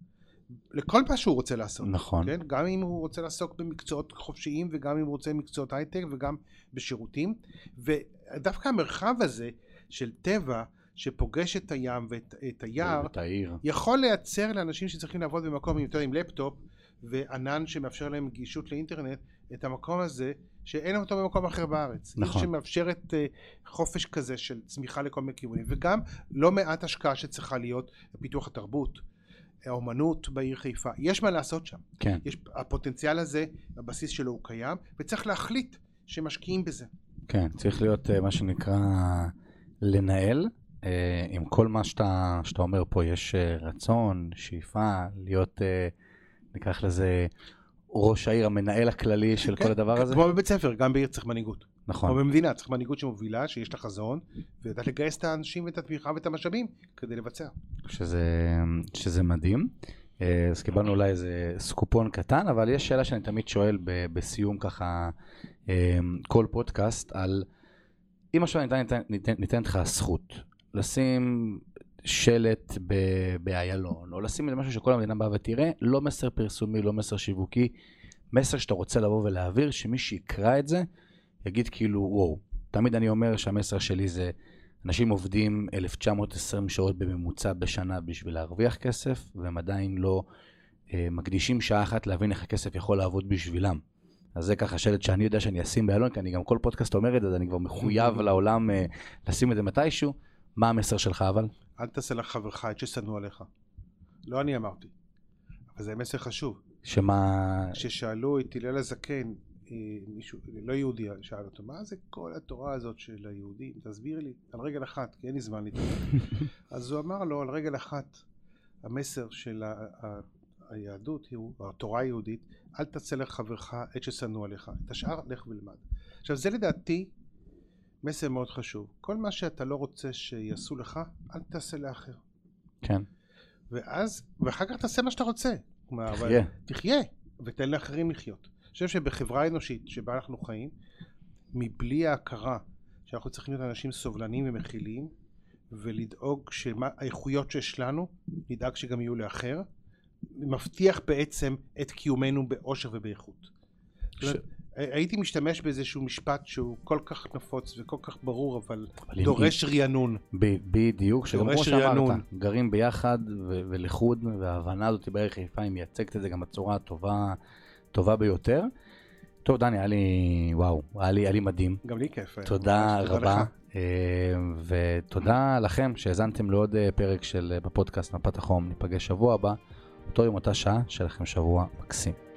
Speaker 3: לכל מה שהוא רוצה לעשות.
Speaker 2: נכון.
Speaker 3: כן? גם אם הוא רוצה לעסוק במקצועות חופשיים וגם אם הוא רוצה מקצועות הייטק וגם בשירותים ודווקא המרחב הזה של טבע שפוגש את הים ואת את היער
Speaker 2: את העיר.
Speaker 3: יכול לייצר לאנשים שצריכים לעבוד במקום עם יותר עם לפטופ וענן שמאפשר להם גישות לאינטרנט את המקום הזה שאין אותו במקום אחר בארץ. עיר
Speaker 2: נכון.
Speaker 3: שמאפשרת אה, חופש כזה של צמיחה לכל מיני כיוונים וגם לא מעט השקעה שצריכה להיות בפיתוח התרבות, האומנות בעיר חיפה. יש מה לעשות שם.
Speaker 2: כן.
Speaker 3: יש, הפוטנציאל הזה, הבסיס שלו הוא קיים וצריך להחליט שמשקיעים בזה.
Speaker 2: כן, צריך להיות אה, מה שנקרא לנהל. אה, עם כל מה שאתה, שאתה אומר פה, יש אה, רצון, שאיפה, להיות, אה, ניקח לזה, ראש העיר, המנהל הכללי של כל הדבר הזה.
Speaker 3: כמו בבית ספר, גם בעיר צריך מנהיגות. כמו
Speaker 2: נכון,
Speaker 3: במדינה, צריך מנהיגות שמובילה, שיש לה חזון, ויודעת לגייס את האנשים ואת התמיכה ואת המשאבים כדי לבצע.
Speaker 2: שזה, שזה מדהים. אה, אז קיבלנו אולי איזה סקופון קטן, אבל יש שאלה שאני תמיד שואל ב, בסיום ככה אה, כל פודקאסט, על אם עכשיו ניתן, ניתן, ניתן, ניתן לך הזכות לשים שלט ב, באיילון, או לשים איזה משהו שכל המדינה באה ותראה, לא מסר פרסומי, לא מסר שיווקי, מסר שאתה רוצה לבוא ולהעביר, שמי שיקרא את זה יגיד כאילו, וואו, תמיד אני אומר שהמסר שלי זה אנשים עובדים 1920 שעות בממוצע בשנה בשביל להרוויח כסף, והם עדיין לא אה, מקדישים שעה אחת להבין איך הכסף יכול לעבוד בשבילם. אז זה ככה שלט שאני יודע שאני אשים באלון, כי אני גם כל פודקאסט אומר את זה, אז אני כבר מחויב לעולם אה, לשים את זה מתישהו. מה המסר שלך אבל?
Speaker 3: אל תעשה לחברך את ששנוא עליך. לא אני אמרתי. אבל זה מסר חשוב.
Speaker 2: שמה...
Speaker 3: כששאלו את הלל הזקן, אה, מישהו, לא יהודי, שאל אותו, מה זה כל התורה הזאת של היהודים? תסביר לי, על רגל אחת, כי אין לי זמן להתאר. אז הוא אמר לו, על רגל אחת, המסר של ה- ה- היהדות, הוא- התורה היהודית, אל תצא לחברך עת ששנוא עליך, את השאר לך ולמד. עכשיו זה לדעתי מסר מאוד חשוב. כל מה שאתה לא רוצה שיעשו לך, אל תעשה לאחר.
Speaker 2: כן,
Speaker 3: ואז, ואחר כך תעשה מה שאתה רוצה. כלומר, אבל-
Speaker 2: תחיה.
Speaker 3: תחיה ותן לאחרים לחיות. אני חושב שבחברה האנושית שבה אנחנו חיים, מבלי ההכרה שאנחנו צריכים להיות אנשים סובלניים ומכילים, ולדאוג שהאיכויות שיש לנו, נדאג שגם יהיו לאחר, מבטיח בעצם את קיומנו באושר ובאיכות.
Speaker 2: ש-
Speaker 3: זאת אומרת, הייתי משתמש באיזשהו משפט שהוא כל כך נפוץ וכל כך ברור, אבל
Speaker 2: אבל אם-
Speaker 3: דורש רענון.
Speaker 2: ב- בדיוק, שגם
Speaker 3: דורש
Speaker 2: כמו שאמרת,
Speaker 3: רענון.
Speaker 2: גרים ביחד ו- ולחוד, וההבנה הזאת בערך חיפה, היא מייצגת את זה גם בצורה הטובה הטובה ביותר. טוב, דני, היה לי, וואו, היה לי, היה לי מדהים.
Speaker 3: גם לי כיף.
Speaker 2: תודה
Speaker 3: ממש,
Speaker 2: רבה,
Speaker 3: לך.
Speaker 2: אה, ותודה לכם שהאזנתם לעוד אה, פרק של אה, בפודקאסט מפת החום. ניפגש שבוע הבא, אותו יום, אותה שעה, שיהיה לכם שבוע מקסים.